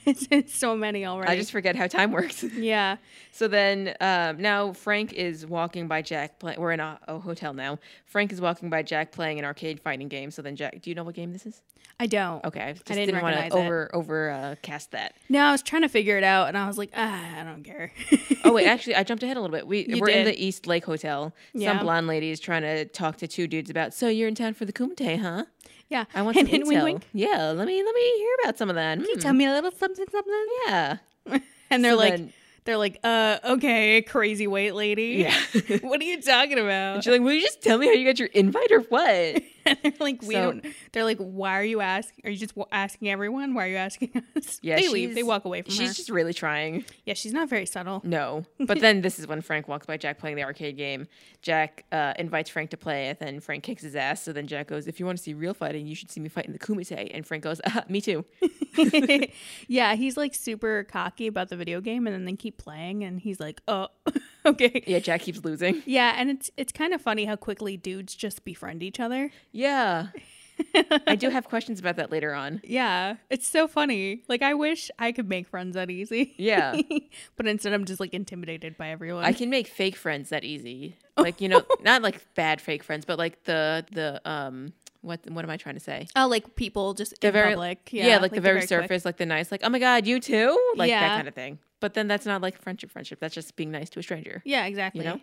Speaker 1: it's, it's so many already.
Speaker 2: I just forget how time works.
Speaker 1: yeah,
Speaker 2: So then, um, now Frank is walking by Jack. Play- We're in a, a hotel now. Frank is walking by Jack playing an arcade fighting game. So then, Jack, do you know what game this is?
Speaker 1: I don't.
Speaker 2: Okay, I just
Speaker 1: didn't
Speaker 2: didn't, want
Speaker 1: recognize
Speaker 2: to
Speaker 1: it.
Speaker 2: over over uh,
Speaker 1: (laughs)
Speaker 2: cast that.
Speaker 1: No, I was trying to figure it out, and I was like, ah, I don't care. (laughs)
Speaker 2: Oh wait, actually, I jumped ahead a little bit. We
Speaker 1: You
Speaker 2: we're in
Speaker 1: did.
Speaker 2: the East Lake Hotel.
Speaker 1: Yeah.
Speaker 2: Some blonde lady is trying to talk to two dudes about. So you're in town for the Kumite, huh?
Speaker 1: yeah,
Speaker 2: I want some
Speaker 1: Hint, hint,
Speaker 2: intel.
Speaker 1: wink, wink.
Speaker 2: Yeah,
Speaker 1: (laughs)
Speaker 2: let me let me hear about some of that. Hmm,
Speaker 1: Tell me a little something, something.
Speaker 2: Yeah,
Speaker 1: And they're
Speaker 2: So
Speaker 1: like,
Speaker 2: then-
Speaker 1: They're like, uh, okay, crazy white lady.
Speaker 2: Yeah.
Speaker 1: (laughs) what are you talking
Speaker 2: And
Speaker 1: about?
Speaker 2: she's like, "Will you just tell me how you got your invite or what?"
Speaker 1: (laughs) And they're like, we
Speaker 2: So-
Speaker 1: don't. They're like, why are you asking? Are you just wa- asking everyone? Why are you asking us?
Speaker 2: Yeah,
Speaker 1: they leave.
Speaker 2: she's-
Speaker 1: They walk away from her.
Speaker 2: She's just really trying.
Speaker 1: yeah, she's not very subtle.
Speaker 2: (laughs) No. But then this is when Frank walks by Jack playing the arcade game. Jack uh, invites Frank to play, and then Frank kicks his ass. So then Jack goes, If you want to see real fighting, you should see me fight in the Kumite. And Frank goes, ah, Me (laughs) too.
Speaker 1: (laughs) yeah, he's like super cocky about the video game, and then they keep playing, and he's like, oh, (laughs) okay.
Speaker 2: Yeah, Jack keeps losing.
Speaker 1: Yeah, and it's it's kind of funny how quickly dudes just befriend each other.
Speaker 2: Yeah. (laughs) I do (laughs) have questions about that later on.
Speaker 1: Yeah, it's so funny. Like I wish I could make friends that easy.
Speaker 2: (laughs) Yeah.
Speaker 1: (laughs) but instead I'm just like intimidated by everyone.
Speaker 2: I can make fake friends that easy. Like, (laughs) you know, not like bad fake friends, but like the, the, um, what, what am I trying to say?
Speaker 1: oh, like people just
Speaker 2: The
Speaker 1: in
Speaker 2: very-
Speaker 1: public.
Speaker 2: Yeah, like, the
Speaker 1: they're
Speaker 2: very
Speaker 1: quick.
Speaker 2: surface, like the nice, like, oh my God, you too? Like that
Speaker 1: Yeah.
Speaker 2: kind of thing. But then that's not like friendship, friendship. That's just being nice to a stranger.
Speaker 1: Yeah, exactly.
Speaker 2: know?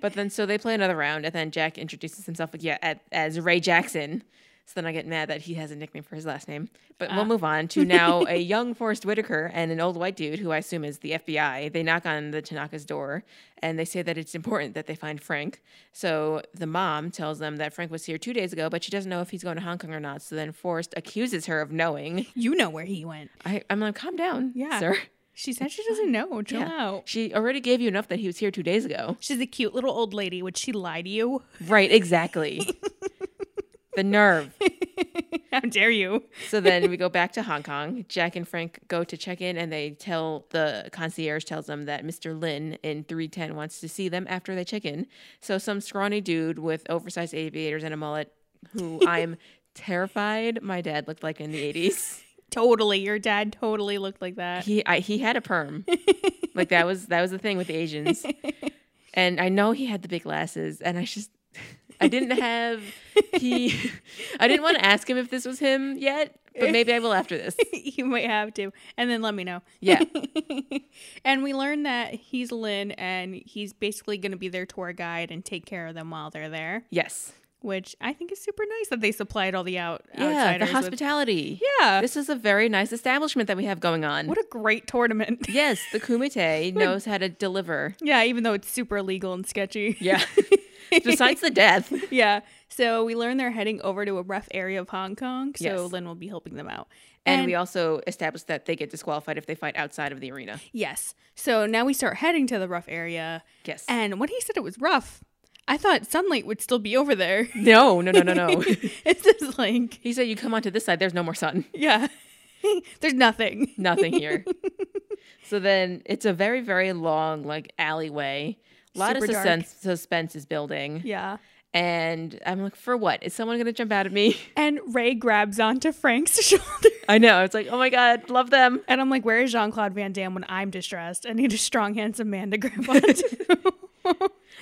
Speaker 2: But then, so they play another round, and then Jack introduces himself like, yeah, at, as Ray Jackson. So then I get mad that he has a nickname for his last name. But
Speaker 1: Ah.
Speaker 2: we'll move on
Speaker 1: (laughs)
Speaker 2: to now a young Forrest Whitaker and an old white dude, who I assume is the FBI. They knock on the Tanaka's door and they say that it's important that they find Frank. So the mom tells them that Frank was here two days ago, but she doesn't know if he's going to Hong Kong or not. So then Forrest accuses her of knowing.
Speaker 1: you know where he went.
Speaker 2: I, I'm like, calm down,
Speaker 1: Yeah.
Speaker 2: sir.
Speaker 1: She said she doesn't know. Chill
Speaker 2: Yeah.
Speaker 1: out.
Speaker 2: She already gave you enough that he was here two days ago.
Speaker 1: She's a cute little old lady. Would she lie to you? (laughs)
Speaker 2: Right, exactly. (laughs) the nerve.
Speaker 1: How dare you?
Speaker 2: So then we go back to Hong Kong. Jack and Frank go to check in and they tell the concierge tells them that Mr. Lin in 310 wants to see them after they check in. So some scrawny dude with oversized aviators and a mullet who I'm terrified my dad looked like in the 80s.
Speaker 1: Totally. Your dad totally looked like that. (laughs)
Speaker 2: He I, he had a perm. like that was that was the thing with the Asians. And I know he had the big glasses and I just I didn't have he I didn't want to ask him if this was him yet, but maybe I will after this.
Speaker 1: you might have to. And then let me know.
Speaker 2: Yeah.
Speaker 1: (laughs) and we learn that he's Lynn and he's basically going to be their tour guide and take care of them while they're there,
Speaker 2: Yes.
Speaker 1: which I think is super nice that they supplied all the out
Speaker 2: Yeah,
Speaker 1: (laughs)
Speaker 2: the
Speaker 1: outsiders. with-
Speaker 2: hospitality.
Speaker 1: yeah.
Speaker 2: This is a very nice establishment that we have going on.
Speaker 1: What a great tournament.
Speaker 2: yes, the kumite knows how to deliver.
Speaker 1: (laughs) yeah, even though it's super illegal and sketchy. (laughs)
Speaker 2: Yeah. (laughs) Besides the death.
Speaker 1: yeah. So we learn they're heading over to a rough area of Hong Kong. So
Speaker 2: Yes.
Speaker 1: Lynn will be helping them out.
Speaker 2: And, we also established that they get disqualified if they fight outside of the arena.
Speaker 1: yes. So now we start heading to the rough area.
Speaker 2: Yes.
Speaker 1: And when he said it was rough, I thought sunlight would still be over (laughs) there.
Speaker 2: no, no, no,
Speaker 1: (laughs)
Speaker 2: no, no.
Speaker 1: it's just like,
Speaker 2: He said, "You come onto this side. There's no more sun. (laughs)
Speaker 1: yeah, (laughs) there's nothing. (laughs)
Speaker 2: Nothing here." so then it's a very, very long like alleyway. A lot
Speaker 1: Super
Speaker 2: of
Speaker 1: dark.
Speaker 2: suspense, suspense is building,
Speaker 1: Yeah.
Speaker 2: and I'm like, "For what? Is someone gonna jump out at me?" (laughs)
Speaker 1: And Ray grabs onto Frank's (laughs) shoulder.
Speaker 2: I know. It's like, "Oh my god, love them."
Speaker 1: And I'm like, where is Jean Claude Van Damme when I'm distressed? I need a strong, handsome man to (laughs) grab onto.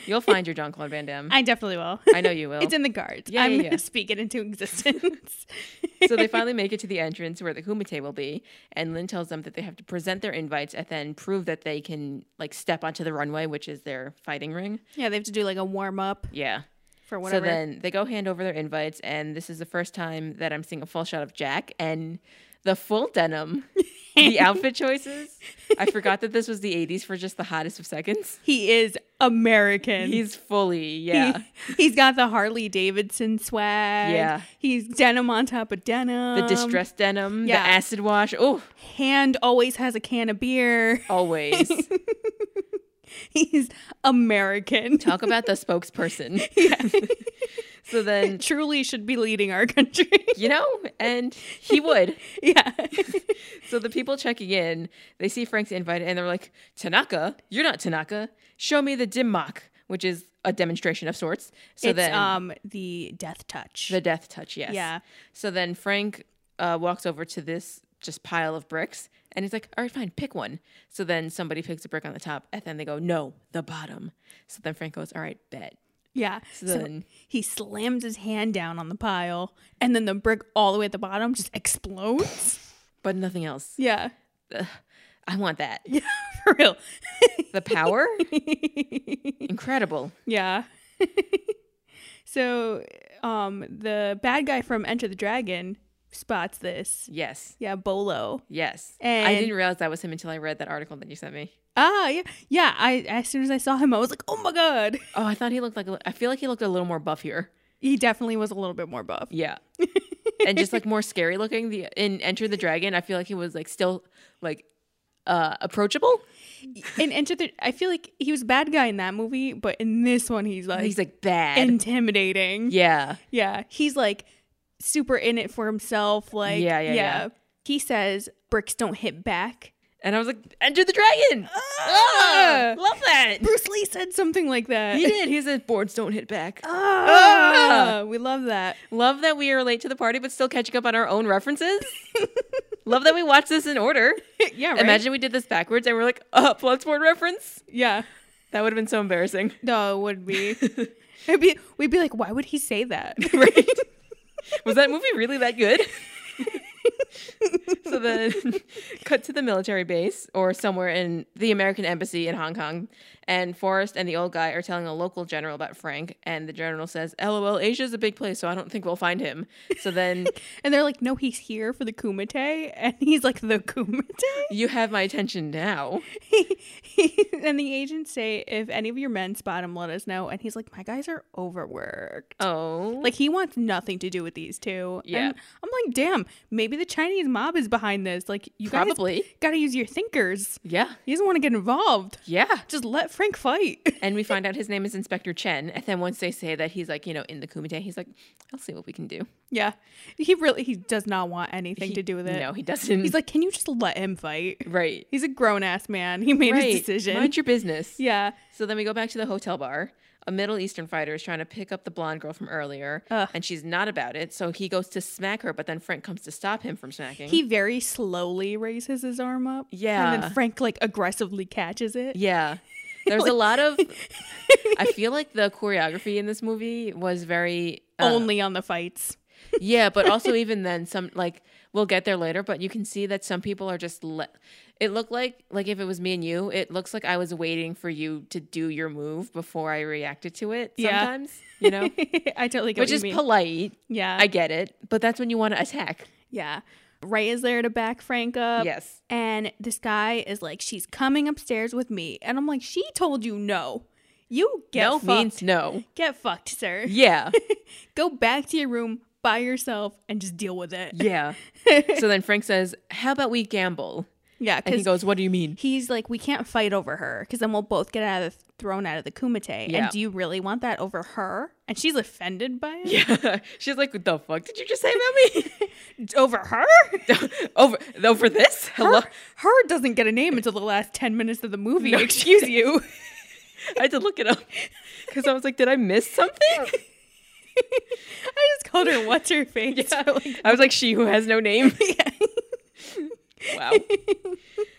Speaker 2: You'll find your Jean Claude Van Damme. I,
Speaker 1: I definitely (laughs) will.
Speaker 2: know you will.
Speaker 1: It's in the cards.
Speaker 2: Yeah,
Speaker 1: I'm
Speaker 2: yeah, yeah.
Speaker 1: going to speak it into (laughs) existence.
Speaker 2: so they finally make it to the entrance where the kumite will be, and Lynn tells them that they have to present their invites and then prove that they can like step onto the runway, which is their fighting ring.
Speaker 1: yeah, they have to do like a warm up
Speaker 2: Yeah.
Speaker 1: for whatever.
Speaker 2: So then they go hand over their invites, and this is the first time that I'm seeing a full shot of Jack and the full denim, the
Speaker 1: (laughs)
Speaker 2: outfit choices. I forgot that this was the 80s for just the hottest of seconds.
Speaker 1: (laughs) he is American.
Speaker 2: He's
Speaker 1: (laughs)
Speaker 2: fully, yeah.
Speaker 1: he, has got the Harley Davidson swag.
Speaker 2: Yeah.
Speaker 1: He's denim on top of denim.
Speaker 2: The distressed denim,
Speaker 1: um, yeah.
Speaker 2: the acid wash. Oh,
Speaker 1: Hand always has a can of
Speaker 2: (laughs)
Speaker 1: beer. (laughs)
Speaker 2: always.
Speaker 1: He's American.
Speaker 2: Talk about the spokesperson. (laughs) so then,
Speaker 1: Truly should be leading our country. (laughs)
Speaker 2: you know, and he would.
Speaker 1: yeah.
Speaker 2: So the people checking in, they see Frank's invite and they're like, Tanaka, you're not Tanaka. Show me the dimmak, which is a demonstration of sorts. So
Speaker 1: it's
Speaker 2: then
Speaker 1: um the death touch.
Speaker 2: the death touch, yes.
Speaker 1: Yeah.
Speaker 2: So then Frank uh, walks over to this just pile of bricks and he's like, all right, fine, pick one. So then somebody picks a brick on the top and then they go, no, the bottom. So then Frank goes, all right, bet.
Speaker 1: yeah.
Speaker 2: So
Speaker 1: So
Speaker 2: then
Speaker 1: he slams his hand down on the pile and then the brick all the way at the bottom just explodes.
Speaker 2: (laughs) but nothing else.
Speaker 1: yeah.
Speaker 2: Ugh, I
Speaker 1: (laughs)
Speaker 2: want that.
Speaker 1: Yeah. For real.
Speaker 2: The power? Incredible.
Speaker 1: Yeah. (laughs) so um the bad guy from Enter the Dragon spots this.
Speaker 2: Yes.
Speaker 1: Yeah, Bolo.
Speaker 2: Yes. I
Speaker 1: And-
Speaker 2: didn't realize that was him until I read that article that you sent me.
Speaker 1: Ah, yeah, yeah. I as soon as I saw him, I was like, oh my god. (laughs)
Speaker 2: Oh, I thought he looked like a, I feel like he looked a little more buff here.
Speaker 1: He definitely was a little bit more buff.
Speaker 2: Yeah. (laughs) and just (laughs) like more scary looking. The in Enter the Dragon, I feel like he was like still like uh approachable.
Speaker 1: And Enter the, I feel like he was a bad guy in that movie, but in this one, he's like,
Speaker 2: He's like bad.
Speaker 1: intimidating.
Speaker 2: yeah.
Speaker 1: Yeah, he's like super in it for himself. Like,
Speaker 2: Yeah, yeah, yeah.
Speaker 1: He says bricks don't hit back. (laughs)
Speaker 2: And I was like, Enter the Dragon. Ah, love that.
Speaker 1: Bruce Lee said something like that.
Speaker 2: He did. He said boards don't hit back.
Speaker 1: (laughs) Ah, we love that.
Speaker 2: (laughs) Love that we are late to the party, but still catching up on our own (laughs) references. Love that we watched this in (laughs) order.
Speaker 1: yeah, right?
Speaker 2: Imagine we did this backwards and we're like, oh, Bloodsport reference.
Speaker 1: Yeah,
Speaker 2: That would have been so embarrassing.
Speaker 1: no, it would
Speaker 2: (laughs)
Speaker 1: be. It'd be. We'd be like, why would he say that? (laughs)
Speaker 2: right? (laughs) Was that movie really that good? (laughs) so then (laughs) cut to the military base or somewhere in the American embassy in Hong Kong and Forrest and the old guy are telling a local general about Frank and the general says, "LOL, Asia's a big place, so I don't think we'll find him."
Speaker 1: (laughs)
Speaker 2: So then
Speaker 1: And they're like, no, he's here for the Kumite, and he's like the Kumite. (laughs)
Speaker 2: you have my attention now.
Speaker 1: and the agents say, if any of your men spot him, let us know. And he's like, my guys are overworked.
Speaker 2: Oh.
Speaker 1: Like he wants nothing to do with these two.
Speaker 2: Yeah.
Speaker 1: And I'm like, damn, maybe the Chinese mob is behind this. Like you
Speaker 2: Probably.
Speaker 1: guys gotta use your thinkers.
Speaker 2: yeah.
Speaker 1: He doesn't want to get involved.
Speaker 2: Yeah.
Speaker 1: Just let Frank fight. (laughs)
Speaker 2: And we find out his name is Inspector Chen. And then once they say that he's like, you know, in the Kumite, he's like, I'll see what we can do.
Speaker 1: yeah. He really he does not want anything
Speaker 2: He-
Speaker 1: to do with it.
Speaker 2: No, he doesn't.
Speaker 1: He's like, Can you just let him fight?
Speaker 2: right.
Speaker 1: He's a grown ass man. He made
Speaker 2: right.
Speaker 1: his decision.
Speaker 2: Mind your business.
Speaker 1: yeah.
Speaker 2: So then we go back to the hotel bar. A Middle Eastern fighter is trying to pick up the blonde girl from earlier,
Speaker 1: Ugh.
Speaker 2: and she's not about it. So he goes to smack her, but then Frank comes to stop him from smacking.
Speaker 1: He very slowly raises his arm up. And
Speaker 2: Yeah.
Speaker 1: then Frank like aggressively catches it.
Speaker 2: yeah. There's a lot of. I feel like the choreography in this movie was very uh,
Speaker 1: Only on the fights. (laughs)
Speaker 2: yeah, but also even then, some like we'll get there later, but you can see that some people are just. Le- it looked like like if it was me and you, it looks like I was waiting for you to do your move before I reacted to it.
Speaker 1: Yeah.
Speaker 2: Sometimes, you know,
Speaker 1: I totally get
Speaker 2: which
Speaker 1: what
Speaker 2: is
Speaker 1: you mean.
Speaker 2: polite.
Speaker 1: yeah.
Speaker 2: I get it, but that's when you want to attack.
Speaker 1: Yeah. Ray is there to back Frank up.
Speaker 2: Yes.
Speaker 1: And this guy is like, she's coming upstairs with me. And I'm like, she told you no. You get
Speaker 2: no
Speaker 1: fucked.
Speaker 2: means no.
Speaker 1: get fucked, sir.
Speaker 2: (laughs) Yeah.
Speaker 1: Go back to your room by yourself and just deal with it.
Speaker 2: (laughs) Yeah. so then Frank says, "How about we gamble?"
Speaker 1: Yeah,
Speaker 2: And he
Speaker 1: because
Speaker 2: goes, "What do you mean?" (laughs)
Speaker 1: he's like, we can't fight over her because then we'll both get out of the, thrown out of the kumite.
Speaker 2: Yeah.
Speaker 1: And do you really want that over her? And she's offended by it.
Speaker 2: Yeah. She's like, "What the fuck did you just say (laughs) about Oh,
Speaker 1: Over
Speaker 2: (laughs)
Speaker 1: her?
Speaker 2: me?" over over this? Hello.
Speaker 1: her? Her doesn't get a name until the last ten minutes of the movie.
Speaker 2: (laughs)
Speaker 1: Excuse you.
Speaker 2: I had to look it up because I was like, "Did I miss something?"
Speaker 1: (laughs) I just called her what's her face. (laughs)
Speaker 2: I was like, "She who has no name." wow.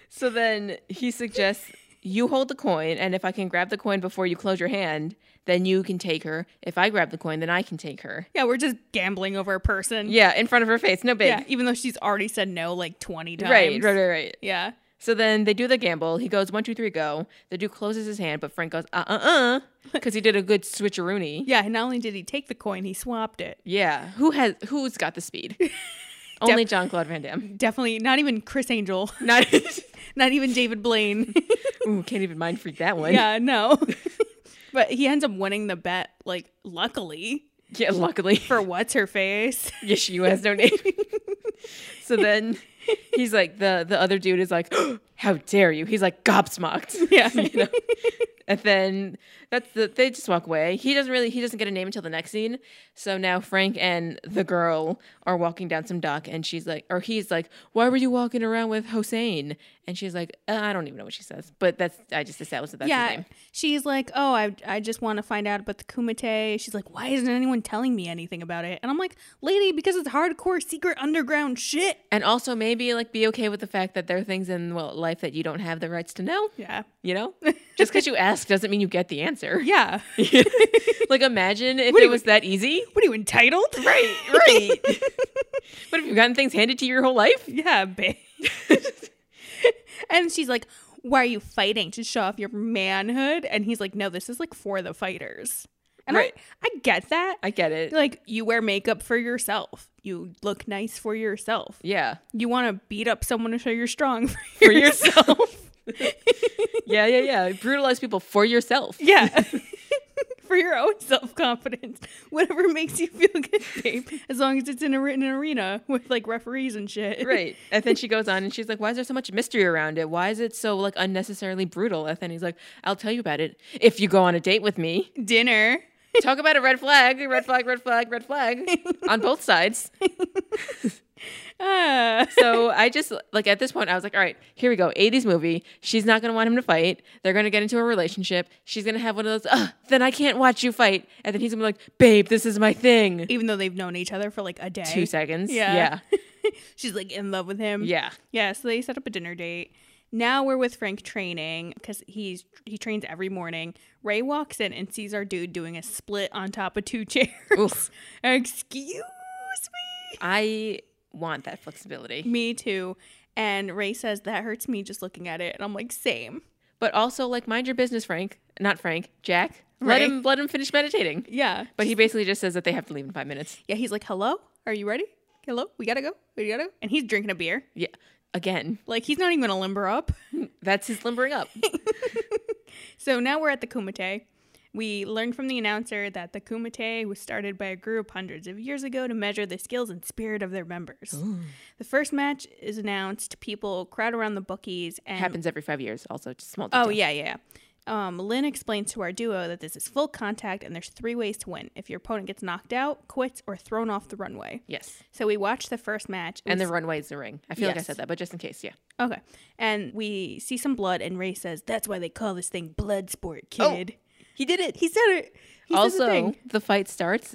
Speaker 2: So then he suggests you hold the coin, and if I can grab the coin before you close your hand, then you can take her. If I grab the coin, then I can take her.
Speaker 1: Yeah, we're just gambling over a person.
Speaker 2: Yeah, in front of her face, no big.
Speaker 1: Yeah, even though she's already said no like 20 times.
Speaker 2: Right, right, right, right.
Speaker 1: Yeah.
Speaker 2: So then they do the gamble. He goes one, two, three, go. The dude closes his hand, but Frank goes uh, uh, uh, because he did a good switcheroony.
Speaker 1: Yeah, and not only did he take the coin, he swapped it.
Speaker 2: Yeah, who has who's got the speed? Only John Claude Van Damme.
Speaker 1: Definitely not even Chris Angel, (laughs)
Speaker 2: Not.
Speaker 1: not even David Blaine.
Speaker 2: (laughs)
Speaker 1: (laughs)
Speaker 2: Ooh, can't even mind freak that one.
Speaker 1: yeah, no. (laughs) but he ends up winning the bet like luckily
Speaker 2: Yeah, luckily.
Speaker 1: for what's her face.
Speaker 2: Yes, she has no name. (laughs) so then he's like the the other dude is like, (gasps) how dare you? He's like gobsmacked.
Speaker 1: (laughs) (laughs) Yeah.
Speaker 2: (laughs) you know? And then that's the they just walk away. He doesn't really he doesn't get a name until the next scene. So now Frank and the girl are walking down some dock, and she's like, or he's like, why were you walking around with Hossein? And she's like, uh, I don't even know what she says, but that's I just established that that's his
Speaker 1: yeah.
Speaker 2: name.
Speaker 1: She's like, "Oh, I I just want to find out about the Kumite." She's like, "Why isn't anyone telling me anything about it?" And I'm like, "Lady, because it's hardcore secret underground shit."
Speaker 2: And also maybe like be okay with the fact that there are things in well, life that you don't have the rights to know.
Speaker 1: Yeah. (laughs)
Speaker 2: You know, just because you ask doesn't mean you get the answer.
Speaker 1: Yeah. (laughs)
Speaker 2: like, imagine if
Speaker 1: do
Speaker 2: it
Speaker 1: you-
Speaker 2: was that easy.
Speaker 1: What are you (laughs) entitled?
Speaker 2: Right, right. (laughs) but if you've gotten things handed to you your whole life,
Speaker 1: (laughs) Yeah, babe. (laughs) and she's like, Why are you fighting to show off your manhood? And he's like, No, this is like for the fighters. And
Speaker 2: Right.
Speaker 1: I, I get that.
Speaker 2: I get it.
Speaker 1: like you wear makeup for yourself. You look nice for yourself.
Speaker 2: yeah.
Speaker 1: You want to beat up someone to show you're strong (laughs) for,
Speaker 2: For
Speaker 1: yourself.
Speaker 2: yourself. (laughs) yeah, yeah, yeah. Brutalize people for
Speaker 1: (laughs)
Speaker 2: yourself.
Speaker 1: Yeah. for your own self confidence. (laughs) Whatever makes you feel good, babe. As long as it's in a written arena with like referees and shit.
Speaker 2: Right. And then she goes on and she's like, Why is there so much mystery around it? Why is it so like unnecessarily brutal? And then he's like, I'll tell you about it if you go on a date
Speaker 1: (laughs)
Speaker 2: with me.
Speaker 1: (laughs) Dinner.
Speaker 2: Talk about a red flag, red flag, red flag, red flag
Speaker 1: (laughs)
Speaker 2: on both sides.
Speaker 1: Ah.
Speaker 2: So I just like at this point I was like, all right, here we go. 80s movie. She's not gonna want him to fight. They're gonna get into a relationship. She's gonna have one of those, Ugh, then I can't watch you fight. And then he's gonna be like, babe, this is my thing.
Speaker 1: Even though they've known each other for like a day.
Speaker 2: Two seconds.
Speaker 1: Yeah. (laughs) She's like in love with him.
Speaker 2: Yeah. Yeah.
Speaker 1: Yeah, so they set up a dinner date. Now we're with Frank training because he's he trains every morning. Ray walks in and sees our dude doing a split on top of two (laughs) chairs.
Speaker 2: Oof.
Speaker 1: Excuse me.
Speaker 2: I want that flexibility.
Speaker 1: Me too. And Ray says that hurts me just looking at it, and I'm like, same.
Speaker 2: but also like mind your business frank not frank jack
Speaker 1: Right.
Speaker 2: let him let him finish meditating
Speaker 1: Yeah,
Speaker 2: but he basically just says that they have to leave in five minutes
Speaker 1: yeah. He's like, hello, are you ready? Hello, we gotta go. We gotta go. And he's drinking a beer.
Speaker 2: yeah again
Speaker 1: Like he's not even gonna limber up.
Speaker 2: that's his limbering up
Speaker 1: So now we're at the Kumite. We learned from the announcer that the Kumite was started by a group hundreds of years ago to measure the skills and spirit of their members. The first match is announced. People crowd around the bookies and
Speaker 2: happens every five years also just small
Speaker 1: Oh
Speaker 2: detail.
Speaker 1: yeah, yeah. yeah. Um, Lynn explains to our duo that this is full contact and there's three ways to win: if your opponent gets knocked out, quits, or thrown off the runway.
Speaker 2: yes
Speaker 1: So we watch the first match,
Speaker 2: and
Speaker 1: we
Speaker 2: the runway is the ring i feel like i
Speaker 1: Yes.
Speaker 2: said that but just in case yeah
Speaker 1: Okay. And we see some blood, and Ray says, That's why they call this thing blood sport, kid.
Speaker 2: he did it
Speaker 1: Oh, He said it. He said the
Speaker 2: also
Speaker 1: thing.
Speaker 2: the fight starts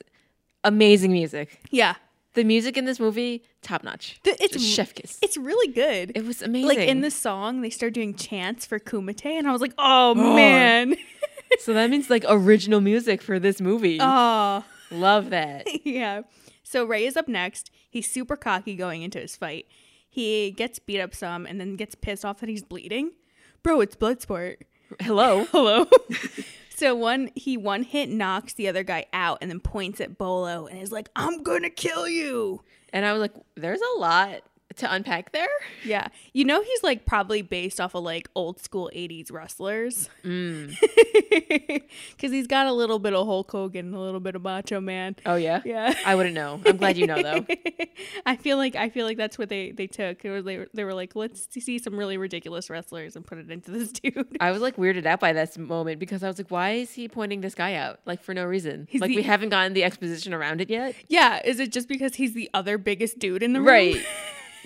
Speaker 2: amazing music
Speaker 1: yeah.
Speaker 2: the music in this movie top notch
Speaker 1: Th- it's
Speaker 2: Just chef kiss
Speaker 1: It's really good.
Speaker 2: it was amazing
Speaker 1: like in the song, they start doing chants for Kumite, and I was like, Oh, man.
Speaker 2: (laughs)
Speaker 1: (laughs)
Speaker 2: so that means like original music for this movie
Speaker 1: Oh, (laughs)
Speaker 2: love that
Speaker 1: yeah. So Ray is up next. He's super cocky going into his fight. He gets beat up some and then gets pissed off that he's bleeding. Bro, it's blood sport. (laughs)
Speaker 2: hello (laughs)
Speaker 1: Hello. so one he one hit knocks the other guy out and then points at Bolo and is like, "I'm gonna kill you."
Speaker 2: And I was like, there's a lot to unpack there.
Speaker 1: Yeah, you know he's like probably based off of like old school '80s wrestlers
Speaker 2: Mm.
Speaker 1: (laughs) because he's got a little bit of Hulk Hogan, a little bit of Macho Man.
Speaker 2: Oh, yeah?
Speaker 1: Yeah.
Speaker 2: I wouldn't know. I'm glad you
Speaker 1: (laughs)
Speaker 2: know, though.
Speaker 1: I feel like I feel like that's what they they took. It was, they were, they were like, let's see some really ridiculous wrestlers and put it into this (laughs) dude.
Speaker 2: I was like weirded out by this moment because I was like, why is he pointing this guy out? Like, for no reason.
Speaker 1: He's
Speaker 2: like,
Speaker 1: the-
Speaker 2: we haven't gotten the exposition around it yet.
Speaker 1: Yeah, is it just because he's the other biggest dude in the room?
Speaker 2: Right.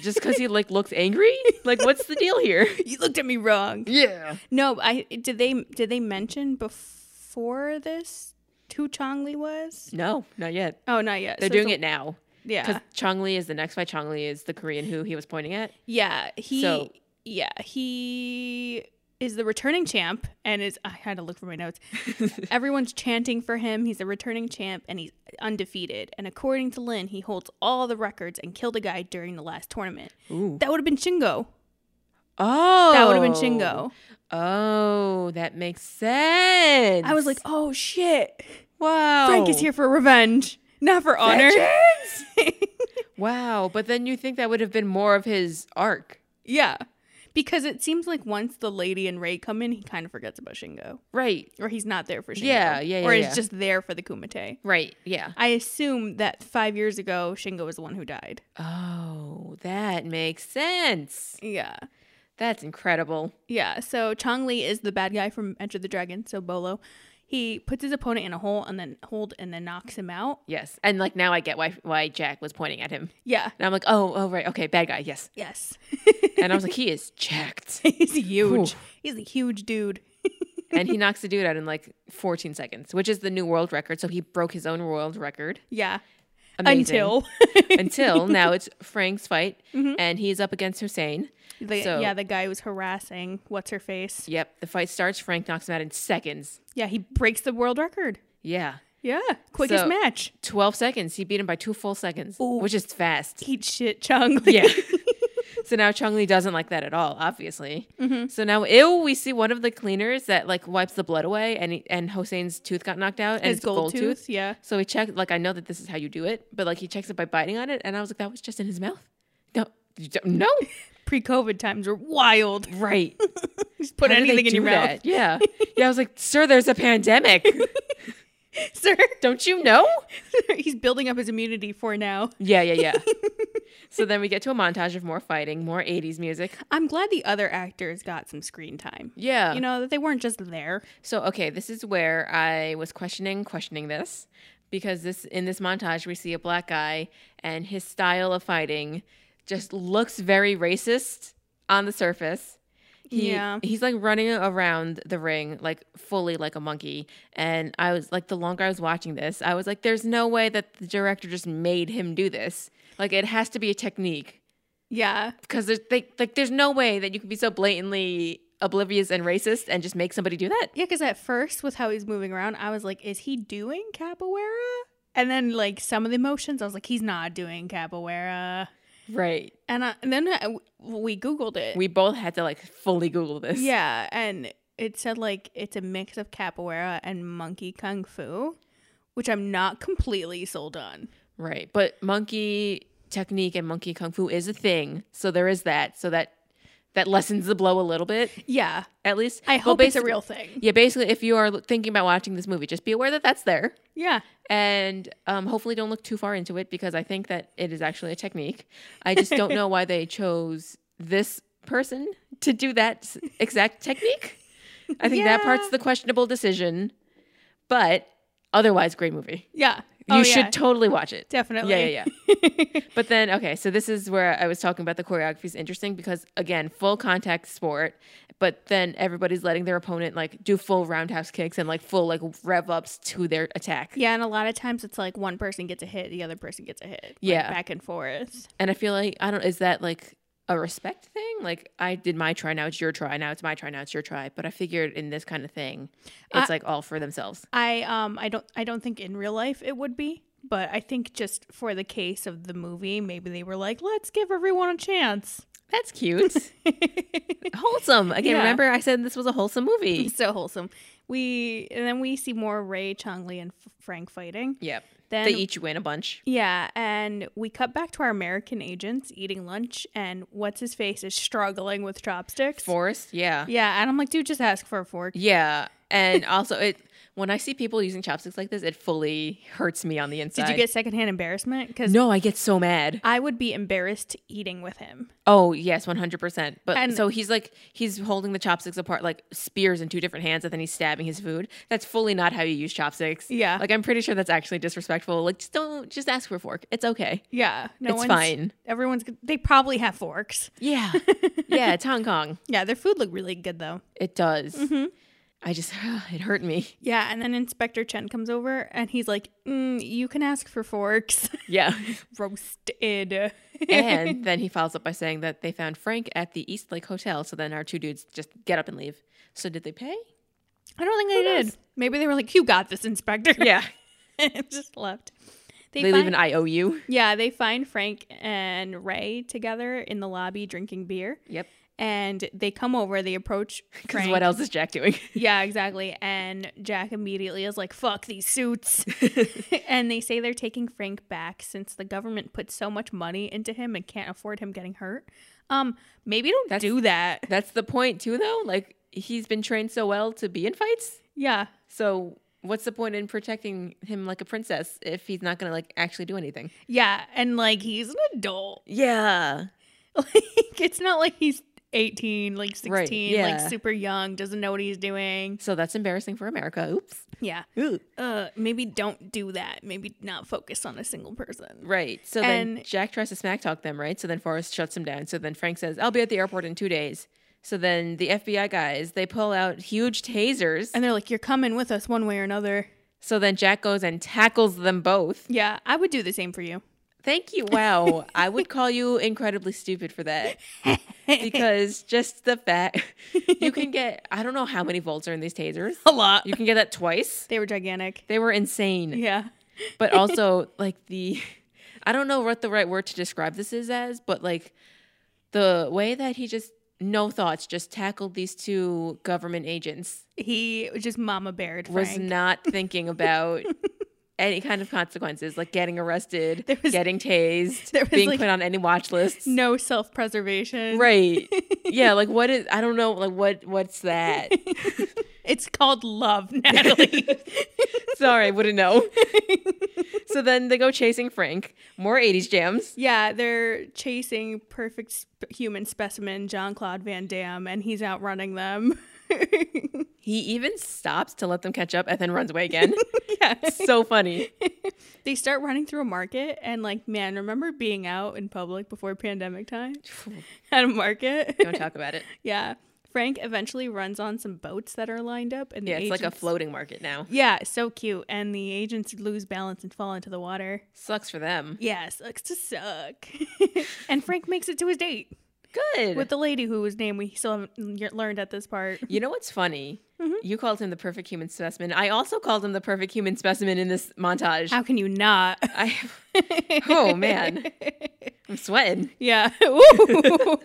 Speaker 2: Just because he, like, looks angry? Like, what's the deal here?
Speaker 1: (laughs) you looked at me wrong.
Speaker 2: Yeah.
Speaker 1: No, I did they did they mention before this who Chong Li was?
Speaker 2: No, not yet.
Speaker 1: Oh, not yet.
Speaker 2: They're doing it now. Because
Speaker 1: Yeah,
Speaker 2: Chong Lee is the next fight. Chong Lee is the Korean who he was pointing at.
Speaker 1: yeah. He,
Speaker 2: So-
Speaker 1: yeah, he is the returning champ, and is I had to look for my
Speaker 2: (laughs)
Speaker 1: notes. Everyone's chanting for him. He's a returning champ, and he's undefeated. And according to Lin, he holds all the records and killed a guy during the last tournament.
Speaker 2: Ooh.
Speaker 1: That would have been Shingo.
Speaker 2: Oh.
Speaker 1: That would have been Shingo.
Speaker 2: Oh, that makes sense.
Speaker 1: I was like, oh shit,
Speaker 2: wow.
Speaker 1: Frank is here for revenge, not for honor.
Speaker 2: Wow, but then you think that would have been more of his arc.
Speaker 1: (laughs) Yeah. Because it seems like once the lady and Ray come in, he kind of forgets about Shingo.
Speaker 2: Right.
Speaker 1: Or he's not there for Shingo.
Speaker 2: Yeah, yeah, yeah,
Speaker 1: Or
Speaker 2: yeah.
Speaker 1: is just there for the Kumite.
Speaker 2: Right. Yeah.
Speaker 1: I assume that five years ago, Shingo was the one who died.
Speaker 2: Oh, that makes sense.
Speaker 1: Yeah.
Speaker 2: That's incredible.
Speaker 1: Yeah. So Chong Li is the bad guy from Enter the Dragon, so Bolo. He puts his opponent in a hole and then hold and then knocks him out.
Speaker 2: Yes. And like now I get why why Jack was pointing at him.
Speaker 1: Yeah.
Speaker 2: And I'm like, "Oh, oh right. Okay, bad guy. Yes."
Speaker 1: Yes.
Speaker 2: And I was like, "He is jacked."
Speaker 1: (laughs) He's huge. He's a huge dude.
Speaker 2: And he knocks the dude out in like 14 seconds, which is the new world record. So he broke his own world record.
Speaker 1: Yeah.
Speaker 2: Amazing.
Speaker 1: Until. (laughs) Mm-hmm.
Speaker 2: until now it's Frank's fight and he's up against Hussein.
Speaker 1: the,
Speaker 2: So-
Speaker 1: yeah, the guy was harassing what's her face.
Speaker 2: Yep, the fight starts, Frank knocks him out in seconds.
Speaker 1: Yeah, he breaks the world record.
Speaker 2: Yeah.
Speaker 1: Yeah, quickest
Speaker 2: So-
Speaker 1: match.
Speaker 2: 12 seconds. He beat him by two full seconds,
Speaker 1: Ooh.
Speaker 2: which is fast.
Speaker 1: Eat shit, Chung.
Speaker 2: Yeah. So now Chung Li doesn't like that at all, obviously.
Speaker 1: Mm-hmm.
Speaker 2: So now, ew, we see one of the cleaners that like wipes the blood away, and he, and Hossein's tooth got knocked out,
Speaker 1: (laughs)
Speaker 2: and
Speaker 1: His
Speaker 2: it's a gold,
Speaker 1: gold
Speaker 2: tooth.
Speaker 1: tooth. Yeah.
Speaker 2: So he checked. Like I know that this is how you do it, but like he checks it by biting on it, and I was like, that was just in his mouth. No, you don't- no,
Speaker 1: Pre-COVID times were wild.
Speaker 2: right.
Speaker 1: Just (laughs) put
Speaker 2: How do they
Speaker 1: anything in your
Speaker 2: do that? Yeah, yeah. I was like, sir, there's
Speaker 1: (laughs)
Speaker 2: a pandemic.
Speaker 1: mouth, (laughs) sir.
Speaker 2: don't you know?
Speaker 1: (laughs) He's building up his immunity for now.
Speaker 2: Yeah, yeah, yeah. so then we get to a montage of more fighting, more
Speaker 1: (laughs)
Speaker 2: 80s music.
Speaker 1: I'm glad the other actors got some screen time.
Speaker 2: Yeah.
Speaker 1: You know that they weren't just there.
Speaker 2: So okay, this is where I was questioning questioning this because this in this montage we see a black guy and his style of fighting just looks very racist on the surface. He,
Speaker 1: Yeah.
Speaker 2: he's like running around the ring like fully like a monkey and I was like the longer I was watching this I was like there's no way that the director just made him do this like it has to be a technique
Speaker 1: Yeah.
Speaker 2: because there's they, like there's no way that you can be so blatantly oblivious and racist and just make somebody do that
Speaker 1: Yeah, because at first with how he's moving around, I was like, is he doing capoeira? And then like some of the motions, I was like, he's not doing capoeira.
Speaker 2: right
Speaker 1: And, I, and then I, we Googled it.
Speaker 2: we both had to like fully Google this.
Speaker 1: yeah, and it said like it's a mix of capoeira and monkey kung fu, which I'm not completely sold on.
Speaker 2: Right. But monkey technique and monkey kung fu is a thing. So there is that. So that that lessens the blow a little bit,
Speaker 1: Yeah,
Speaker 2: at least.
Speaker 1: I
Speaker 2: Well,
Speaker 1: hope it's a
Speaker 2: basi-
Speaker 1: real thing.
Speaker 2: Yeah, basically, if you are thinking about watching this movie, just be aware that that's there,
Speaker 1: Yeah,
Speaker 2: and um, hopefully, don't look too far into it because I think that it is actually a technique. I just don't know why they chose this person to do that s- exact technique. I think that
Speaker 1: Yeah.
Speaker 2: part's the questionable decision, but otherwise, great movie.
Speaker 1: yeah.
Speaker 2: You
Speaker 1: Oh,
Speaker 2: should
Speaker 1: yeah,
Speaker 2: totally watch it.
Speaker 1: definitely.
Speaker 2: Yeah,
Speaker 1: yeah, (laughs) yeah.
Speaker 2: But then, okay, so this is where I was talking about the choreography is interesting because, again, full contact sport, but then everybody's letting their opponent like do full roundhouse kicks and like full like rev ups to their attack.
Speaker 1: yeah, and a lot of times it's like one person gets a hit, the other person gets a hit. like,
Speaker 2: Yeah.
Speaker 1: back and forth.
Speaker 2: And I feel like, I don't, is that like a respect thing? Like, I did my try, now it's your try, now it's my try, now it's your try. But I figured in this kind of thing, it's like all for themselves.
Speaker 1: I um I don't I don't think in real life it would be, but I think just for the case of the movie, maybe they were like, let's give everyone a chance.
Speaker 2: That's cute. (laughs) wholesome. Again,
Speaker 1: Yeah.
Speaker 2: remember I said this was a wholesome
Speaker 1: (laughs)
Speaker 2: movie.
Speaker 1: so wholesome. We and then we see more Ray, Chong Li, and F- Frank fighting.
Speaker 2: Yep.
Speaker 1: Then
Speaker 2: they each win a bunch.
Speaker 1: yeah, and we cut back to our American agents eating lunch, and what's his face is struggling with chopsticks.
Speaker 2: Forrest, yeah.
Speaker 1: Yeah, and I'm like, dude, just ask for a fork.
Speaker 2: Yeah, and (laughs) also it when I see people using chopsticks like this, it fully hurts me on the inside.
Speaker 1: Did you get secondhand embarrassment? Because
Speaker 2: No, I get so mad.
Speaker 1: I would be embarrassed eating with him.
Speaker 2: Oh yes, one hundred percent. But
Speaker 1: And-
Speaker 2: so he's like he's holding the chopsticks apart like spears in two different hands, and then he's stabbing his food. That's fully not how you use chopsticks.
Speaker 1: Yeah.
Speaker 2: like I'm pretty sure that's actually disrespectful. Like just don't just ask for a fork. It's okay.
Speaker 1: Yeah, no
Speaker 2: It's
Speaker 1: one's
Speaker 2: fine.
Speaker 1: Everyone's they probably have forks.
Speaker 2: Yeah, (laughs)
Speaker 1: (laughs)
Speaker 2: yeah. It's Hong Kong.
Speaker 1: Yeah, their food looked really good though.
Speaker 2: It does.
Speaker 1: Mm-hmm.
Speaker 2: I just (sighs) it hurt me.
Speaker 1: Yeah, and then Inspector Chen comes over and he's like, mm, "You can ask for forks." (laughs)
Speaker 2: Yeah. (laughs)
Speaker 1: Roasted.
Speaker 2: and then he follows up by saying that they found Frank at the East Lake Hotel. So then our two dudes just get up and leave. So did they pay?
Speaker 1: I don't think they
Speaker 2: Who
Speaker 1: did.
Speaker 2: knows?
Speaker 1: Maybe they were like, "You got this, Inspector."
Speaker 2: (laughs) Yeah.
Speaker 1: (laughs) and just left. They,
Speaker 2: (laughs) They,
Speaker 1: find,
Speaker 2: leave an IOU.
Speaker 1: yeah, they find Frank and Ray together in the lobby drinking beer,
Speaker 2: (laughs) Yep.
Speaker 1: and they come over. They (laughs) approach
Speaker 2: Because
Speaker 1: Frank.
Speaker 2: what else is Jack doing? (laughs)
Speaker 1: Yeah, exactly. And Jack immediately is like, fuck these
Speaker 2: (laughs)
Speaker 1: suits. (laughs) and they say they're taking Frank back since the government put so much money into him and can't afford him getting hurt. Um, maybe don't
Speaker 2: That's-
Speaker 1: do that.
Speaker 2: That's the point, too, though. Like, he's been trained so well to be in fights.
Speaker 1: Yeah.
Speaker 2: So what's the point in protecting him like a princess if he's not going to, like, actually do anything?
Speaker 1: Yeah. And like he's an adult. (laughs)
Speaker 2: Yeah.
Speaker 1: Like it's not like he's 18, like 16,
Speaker 2: Right, yeah.
Speaker 1: like super young, doesn't know what he's doing.
Speaker 2: So that's embarrassing for America. Oops.
Speaker 1: Yeah. Uh maybe don't do that. Maybe not focus on a single person.
Speaker 2: Right. So then
Speaker 1: And-
Speaker 2: Jack tries to smack talk them, right? So then Forrest shuts him down. So then Frank says, I'll be at the airport in two days. So then the FBI guys, they pull out huge tasers.
Speaker 1: And they're like, You're coming with us one way or another.
Speaker 2: so then Jack goes and tackles them both.
Speaker 1: Yeah, I would do the same for you.
Speaker 2: Thank you.
Speaker 1: (laughs)
Speaker 2: Wow. I would call you incredibly stupid for that. Because just the fact you can get, I don't know how many volts are in these tasers.
Speaker 1: a lot.
Speaker 2: You can get that twice.
Speaker 1: They were gigantic.
Speaker 2: They were insane.
Speaker 1: Yeah. (laughs)
Speaker 2: but (laughs) also like the I don't know what the right word to describe this is as, but like the way that he just no thoughts just tackled these two government agents
Speaker 1: He just mama bared Frank. (laughs)
Speaker 2: was not thinking about any kind of consequences like getting arrested
Speaker 1: There was-
Speaker 2: getting tased
Speaker 1: there was,
Speaker 2: being
Speaker 1: like,
Speaker 2: put on any watch lists
Speaker 1: no self preservation. (laughs)
Speaker 2: right yeah like what is i don't know like what what's
Speaker 1: (laughs)
Speaker 2: that
Speaker 1: It's called
Speaker 2: (laughs)
Speaker 1: love, Natalie.
Speaker 2: sorry
Speaker 1: (laughs)
Speaker 2: wouldn't know so then they go chasing frank more 80s jams
Speaker 1: yeah, they're chasing perfect sp- human specimen John Claude Van Damme, and he's outrunning them. (laughs)
Speaker 2: he even stops to let them catch up and then runs
Speaker 1: (laughs)
Speaker 2: away again
Speaker 1: yeah.
Speaker 2: so funny
Speaker 1: They start running through a market, and like, man, remember being out in public before pandemic
Speaker 2: (laughs)
Speaker 1: time at a market?
Speaker 2: (laughs) don't talk about it
Speaker 1: (laughs) yeah. Frank eventually runs on some boats that are lined up, and the
Speaker 2: yeah it's like a
Speaker 1: agents-
Speaker 2: floating market now
Speaker 1: Yeah, so cute. And the agents lose balance and fall into the water.
Speaker 2: sucks for them
Speaker 1: Yeah, sucks to suck. and Frank makes it to his date
Speaker 2: good
Speaker 1: with the lady whose name we still haven't y- learned at this part.
Speaker 2: You know what's funny?
Speaker 1: Mm-hmm.
Speaker 2: You called him the perfect human specimen. I also called him the perfect human specimen in this montage.
Speaker 1: How can you not?
Speaker 2: (laughs) I, oh man, I'm sweating.
Speaker 1: (laughs) yeah. (laughs) Ooh.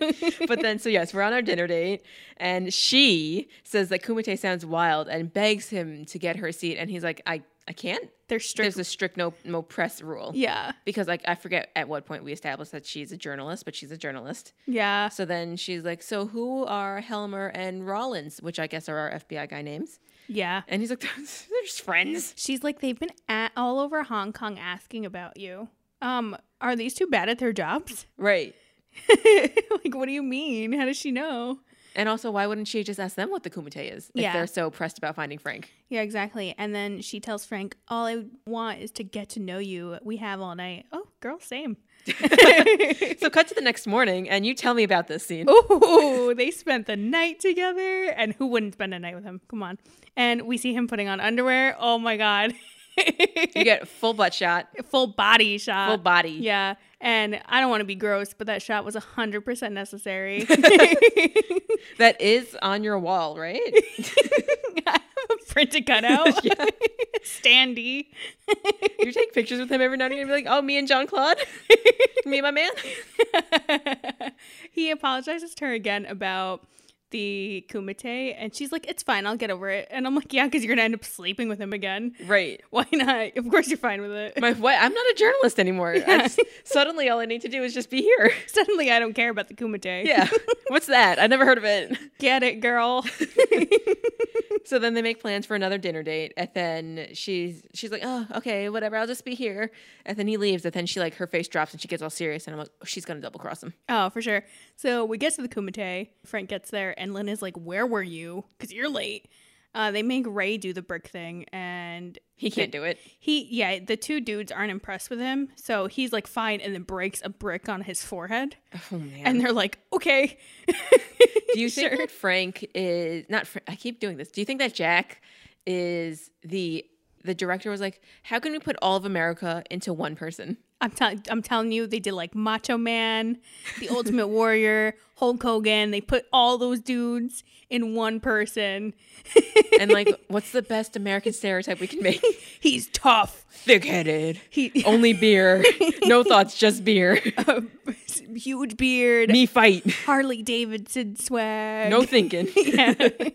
Speaker 2: But then, so yes, we're on our dinner date, and she says that Kumite sounds wild and begs him to get her a seat, and he's like, I, I can't.
Speaker 1: They're strict.
Speaker 2: There's a strict no, no press rule.
Speaker 1: yeah.
Speaker 2: Because like I forget at what point we established that she's a journalist, but she's a journalist.
Speaker 1: Yeah.
Speaker 2: So then she's like, "So who are Helmer and Rollins, which I guess are our FBI guy names?"
Speaker 1: Yeah.
Speaker 2: And he's like, (laughs) "They're just friends."
Speaker 1: She's like, they've been at all over Hong Kong asking about you. Um, are these two bad at their jobs? (laughs)
Speaker 2: Right.
Speaker 1: like, what do you mean? How does she know?
Speaker 2: And also, why wouldn't she just ask them what the kumite is if
Speaker 1: Yeah.
Speaker 2: they're so pressed about
Speaker 1: (laughs)
Speaker 2: finding Frank?
Speaker 1: Yeah, exactly. And then she tells Frank, "All I want is to get to know you. We have all night." Oh, girl, same.
Speaker 2: So, cut to the next morning, and you tell me about this scene.
Speaker 1: oh, they spent the night together, and who wouldn't spend a night with him? Come on. And we see him putting on underwear. Oh my god, (laughs)
Speaker 2: You get a full butt shot,
Speaker 1: full body shot.
Speaker 2: full body.
Speaker 1: Yeah, and I don't want to be gross, but that shot was hundred percent
Speaker 2: (laughs)
Speaker 1: necessary. (laughs)
Speaker 2: That is on your wall, right?
Speaker 1: I have a printed
Speaker 2: (laughs)
Speaker 1: cutout, standy.
Speaker 2: you take pictures with him every now and again and be like, oh, me and
Speaker 1: (laughs)
Speaker 2: John Claude? me and my man?
Speaker 1: (laughs) he apologizes to her again about the kumite and she's like it's fine i'll get over it and i'm like yeah because you're gonna end up sleeping with him again (laughs)
Speaker 2: Right.
Speaker 1: why not of course you're fine with it
Speaker 2: My what? I'm not a journalist anymore. I
Speaker 1: Yeah.
Speaker 2: just- suddenly, all I need to do is just be here.
Speaker 1: (laughs) suddenly i don't care about the kumite
Speaker 2: Yeah. (laughs) What's that? I never heard of it.
Speaker 1: get it girl (laughs)
Speaker 2: So then they make plans for another dinner date, and then she's she's like, "Oh, okay, whatever. I'll just be here." And then he leaves, and then she like her face drops, and she gets all serious, and I'm like, oh, "She's gonna double cross him."
Speaker 1: oh for sure so we get to the kumite frank gets there and lynn is like where were you because you're late uh, they make ray do the brick thing and
Speaker 2: He can't do it.
Speaker 1: he yeah the two dudes aren't impressed with him so he's like fine and then breaks a brick on his forehead
Speaker 2: Oh man.
Speaker 1: and they're like okay
Speaker 2: (laughs) do you think that Frank is not? Fra- I keep doing this. Do you think that Jack is the the director was like, "How can we put all of America into one person?"
Speaker 1: I'm telling I'm telling you, they did like Macho Man, The Ultimate Warrior, Hulk Hogan. They put all those dudes in one person.
Speaker 2: And (laughs) like, what's the best American stereotype we can make?
Speaker 1: He's tough.
Speaker 2: Thick headed.
Speaker 1: He
Speaker 2: Only beer. No thoughts, just beer.
Speaker 1: huge beard,
Speaker 2: (laughs) Me fight.
Speaker 1: Harley Davidson swag.
Speaker 2: No (laughs) thinking.
Speaker 1: Yeah.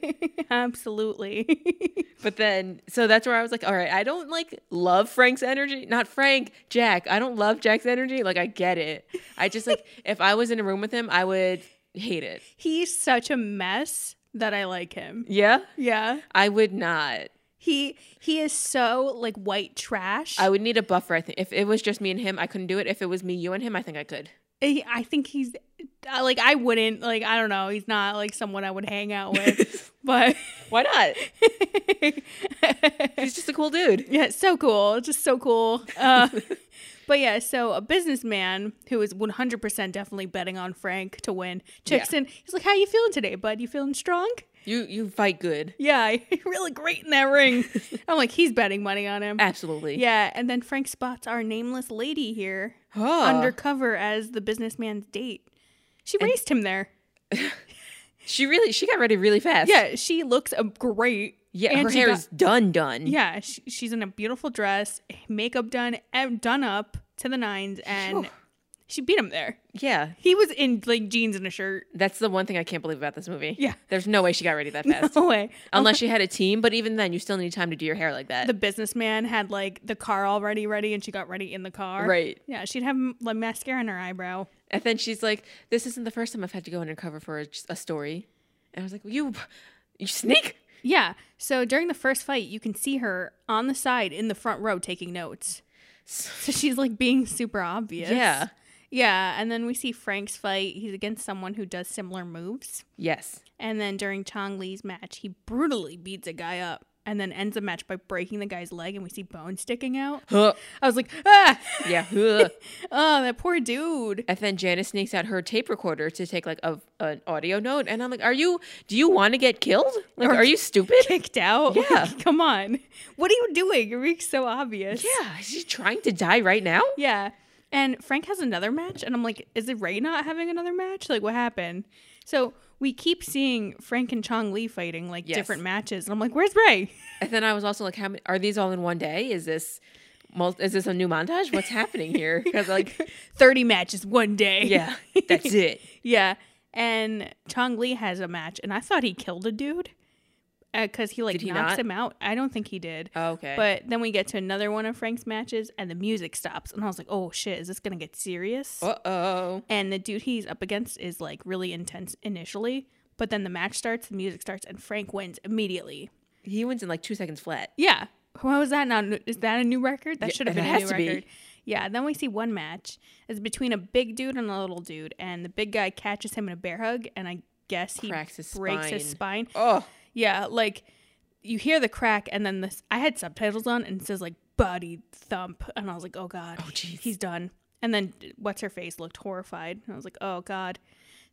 Speaker 1: (laughs) absolutely. (laughs)
Speaker 2: But then, so that's where I was like, all right, I don't like love Frank's energy. Not Frank, Jack. I don't love Jack's energy. Like, I get it. I just
Speaker 1: (laughs)
Speaker 2: like, if I was in a room with him, I would hate it.
Speaker 1: He's such a mess that I like him.
Speaker 2: Yeah.
Speaker 1: Yeah.
Speaker 2: I would not.
Speaker 1: He he is so like white trash.
Speaker 2: I would need a buffer. I think if it was just me and him, I couldn't do it. If it was me, you, and him, I think I could.
Speaker 1: I I think he's I- like I wouldn't like I don't know. He's not like someone I would hang out
Speaker 2: (laughs)
Speaker 1: with, but (laughs)
Speaker 2: Why not? He's just a cool dude.
Speaker 1: yeah, it's so cool, It's just so cool. (laughs) Uh, but yeah, so a businessman who is one hundred percent definitely betting on Frank to win checks
Speaker 2: Yeah.
Speaker 1: in. He's like, "How you feeling today, bud? You feeling strong?
Speaker 2: You you fight good.
Speaker 1: Yeah, (laughs) you're really great in that (laughs) ring." I'm like, he's betting money on him.
Speaker 2: Absolutely.
Speaker 1: Yeah, and then Frank spots our nameless lady here
Speaker 2: Huh.
Speaker 1: undercover as the businessman's date. She raced him there.
Speaker 2: she really she got ready really fast.
Speaker 1: Yeah, she looks um, great.
Speaker 2: Yeah.
Speaker 1: And
Speaker 2: her
Speaker 1: she
Speaker 2: hair
Speaker 1: got-
Speaker 2: is done done.
Speaker 1: Yeah, sh eh, she's in a beautiful dress, makeup done, ev- done up to the nines, and
Speaker 2: Phew.
Speaker 1: She beat him there.
Speaker 2: Yeah,
Speaker 1: He was in like jeans and a shirt.
Speaker 2: that's the one thing I can't believe about this movie.
Speaker 1: Yeah.
Speaker 2: there's no way she got
Speaker 1: (laughs)
Speaker 2: ready that fast.
Speaker 1: No way.
Speaker 2: Unless she had a team, but even then, you still need time to do your hair like that.
Speaker 1: The businessman had like the car already ready, and she got ready in the car.
Speaker 2: right.
Speaker 1: Yeah, she'd have like, mascara on her eyebrow.
Speaker 2: And then she's like, "This isn't the first time I've had to go undercover for a, a story." And I was like, "You, you sneak."
Speaker 1: Yeah. So during the first fight, you can see her on the side in the front row taking notes.
Speaker 2: (sighs)
Speaker 1: So she's like being super obvious.
Speaker 2: Yeah.
Speaker 1: Yeah. And then we see Frank's fight. He's against someone who does similar moves.
Speaker 2: Yes.
Speaker 1: And then during Chong Lee's match, he brutally beats a guy up and then ends the match by breaking the guy's leg and we see bone sticking out.
Speaker 2: Huh.
Speaker 1: I was like, ah,
Speaker 2: Yeah. huh.
Speaker 1: oh, that poor dude.
Speaker 2: And then Janice sneaks out her tape recorder to take like a, an audio note, and I'm like, "Are you? Do you want to get killed? Like,
Speaker 1: Or-
Speaker 2: are you stupid?"
Speaker 1: Kicked out. Like,
Speaker 2: Yeah.
Speaker 1: (laughs) Come on. What are you doing? You're being so obvious.
Speaker 2: Yeah, is she trying to die right now?
Speaker 1: Yeah. And Frank has another match, and I'm like, is it Ray not having another match? Like, what happened? So we keep seeing Frank and Chong Lee fighting like
Speaker 2: Yes.
Speaker 1: different matches, and I'm like, where's Ray? (laughs)
Speaker 2: And then I was also like, "How many, are these all in one day? Is this?" mul- Is this a new montage? What's happening here? Because like,
Speaker 1: Thirty matches one day.
Speaker 2: yeah, that's it.
Speaker 1: yeah. And Chong Lee has a match, and I thought he killed a dude because he like
Speaker 2: Did he
Speaker 1: knocks
Speaker 2: not? Oh,
Speaker 1: him out. I don't think he did.
Speaker 2: Okay,
Speaker 1: But then we get to another one of Frank's matches, and the music stops, and I was like, oh shit, is this gonna get serious?
Speaker 2: uh oh,
Speaker 1: and the dude he's up against is like really intense initially but then the match starts the music starts and frank wins immediately
Speaker 2: he wins in like two seconds flat.
Speaker 1: yeah why was that not is that a new record that
Speaker 2: Yeah,
Speaker 1: should have
Speaker 2: that
Speaker 1: been a
Speaker 2: has
Speaker 1: new
Speaker 2: to be.
Speaker 1: record yeah then we see one match it's between a big dude and a little dude and the big guy catches him in a bear hug and i guess he
Speaker 2: Cracks his
Speaker 1: breaks his spine
Speaker 2: Oh,
Speaker 1: yeah like you hear the crack and then this i had subtitles on and it says like body thump and i was like oh god
Speaker 2: Oh, jeez.
Speaker 1: he's done and then what's her face looked horrified and i was like oh god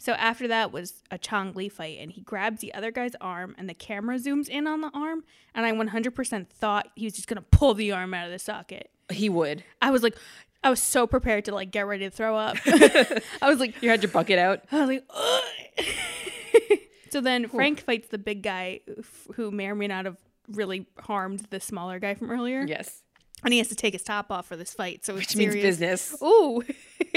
Speaker 1: so after that was a chong lee fight and he grabs the other guy's arm and the camera zooms in on the arm and i 100% thought he was just gonna pull the arm out of the socket
Speaker 2: he would.
Speaker 1: i was like i was so prepared to like get ready to throw up (laughs) i was like
Speaker 2: You had your
Speaker 1: (laughs)
Speaker 2: bucket out.
Speaker 1: I was like, "Ugh." (laughs) so then Frank fights the big guy f- who may or may not have really harmed the smaller guy from earlier,
Speaker 2: Yes,
Speaker 1: and he has to take his top off for this fight. So it's
Speaker 2: which means
Speaker 1: serious.
Speaker 2: business.
Speaker 1: Ooh,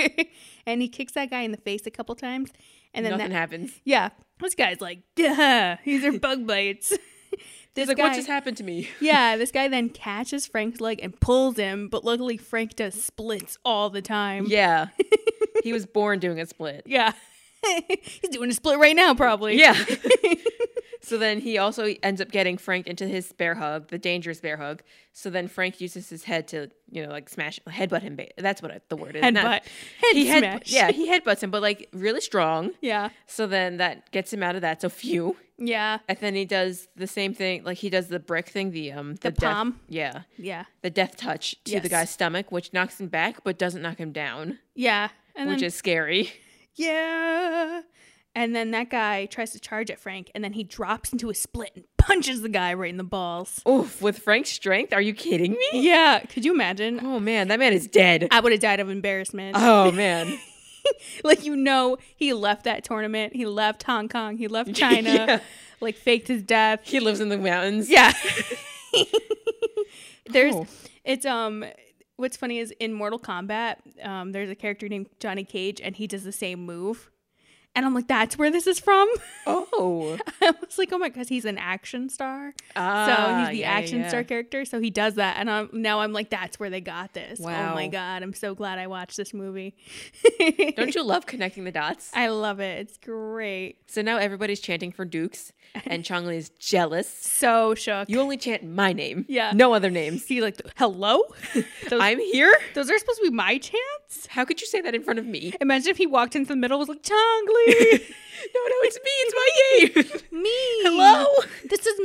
Speaker 1: (laughs) and he kicks that guy in the face a couple times, and then
Speaker 2: Nothing
Speaker 1: that,
Speaker 2: happens.
Speaker 1: yeah, this guy's like, Duh, these are bug bites. (laughs) this
Speaker 2: He's like,
Speaker 1: guy,
Speaker 2: what just happened
Speaker 1: (laughs)
Speaker 2: to me?
Speaker 1: yeah, this guy then catches Frank's leg and pulls him, but luckily Frank does splits all the time.
Speaker 2: Yeah, he was born doing a split.
Speaker 1: yeah. (laughs) He's doing a split right now, probably. (laughs)
Speaker 2: Yeah. so then he also ends up getting Frank into his bear hug, the dangerous bear hug. So then Frank uses his head to, you know, like smash, headbutt him. Ba- that's what I, the word is.
Speaker 1: headbutt.
Speaker 2: not-
Speaker 1: head
Speaker 2: he head,
Speaker 1: smash.
Speaker 2: yeah, he headbutts him, but like really strong.
Speaker 1: (laughs) Yeah.
Speaker 2: So then that gets him out of that. So phew.
Speaker 1: Yeah.
Speaker 2: And then he does the same thing, like he does the brick thing, the um,
Speaker 1: The
Speaker 2: death-
Speaker 1: palm?
Speaker 2: yeah,
Speaker 1: Yeah.
Speaker 2: the death touch to the
Speaker 1: Yes.
Speaker 2: guy's stomach, which knocks him back but doesn't knock him down,
Speaker 1: Yeah. And
Speaker 2: which
Speaker 1: then,
Speaker 2: is scary. (laughs)
Speaker 1: yeah. And then that guy tries to charge at Frank, and then he drops into a split and punches the guy right in the balls.
Speaker 2: Oof! With Frank's strength, are you kidding me?
Speaker 1: Yeah. Could you imagine?
Speaker 2: Oh man, that man is dead.
Speaker 1: I would have died of embarrassment.
Speaker 2: Oh man.
Speaker 1: like, you know, he left that tournament. He left Hong Kong. He
Speaker 2: (laughs)
Speaker 1: left China.
Speaker 2: Yeah.
Speaker 1: Like, faked his death.
Speaker 2: He lives in the mountains.
Speaker 1: Yeah. (laughs) there's
Speaker 2: Oh.
Speaker 1: it's um what's funny is in Mortal Kombat, um, there's a character named Johnny Cage and he does the same move. And I'm like, that's where this is from. (laughs)
Speaker 2: Oh.
Speaker 1: I was like, oh my because he's an action star. so
Speaker 2: Ah,
Speaker 1: he's the
Speaker 2: yeah,
Speaker 1: action
Speaker 2: yeah.
Speaker 1: star character. So he does that. And I'm now I'm like, that's where they got this. Oh my
Speaker 2: Wow.
Speaker 1: god, I'm so glad I watched this movie. (laughs)
Speaker 2: Don't you love connecting the dots?
Speaker 1: I love it. It's great.
Speaker 2: So now everybody's chanting for Dukes, and Chong Li is jealous.
Speaker 1: So shook.
Speaker 2: You only chant my name.
Speaker 1: Yeah.
Speaker 2: No other names.
Speaker 1: See like hello? (laughs) Those-
Speaker 2: I'm here.
Speaker 1: those are supposed to be my chants?
Speaker 2: How could you say that in front of me? (laughs)
Speaker 1: Imagine if he walked into the middle and was like, Chongli,
Speaker 2: No, no, it's me. It's (laughs) my game.
Speaker 1: me.
Speaker 2: Hello.
Speaker 1: This is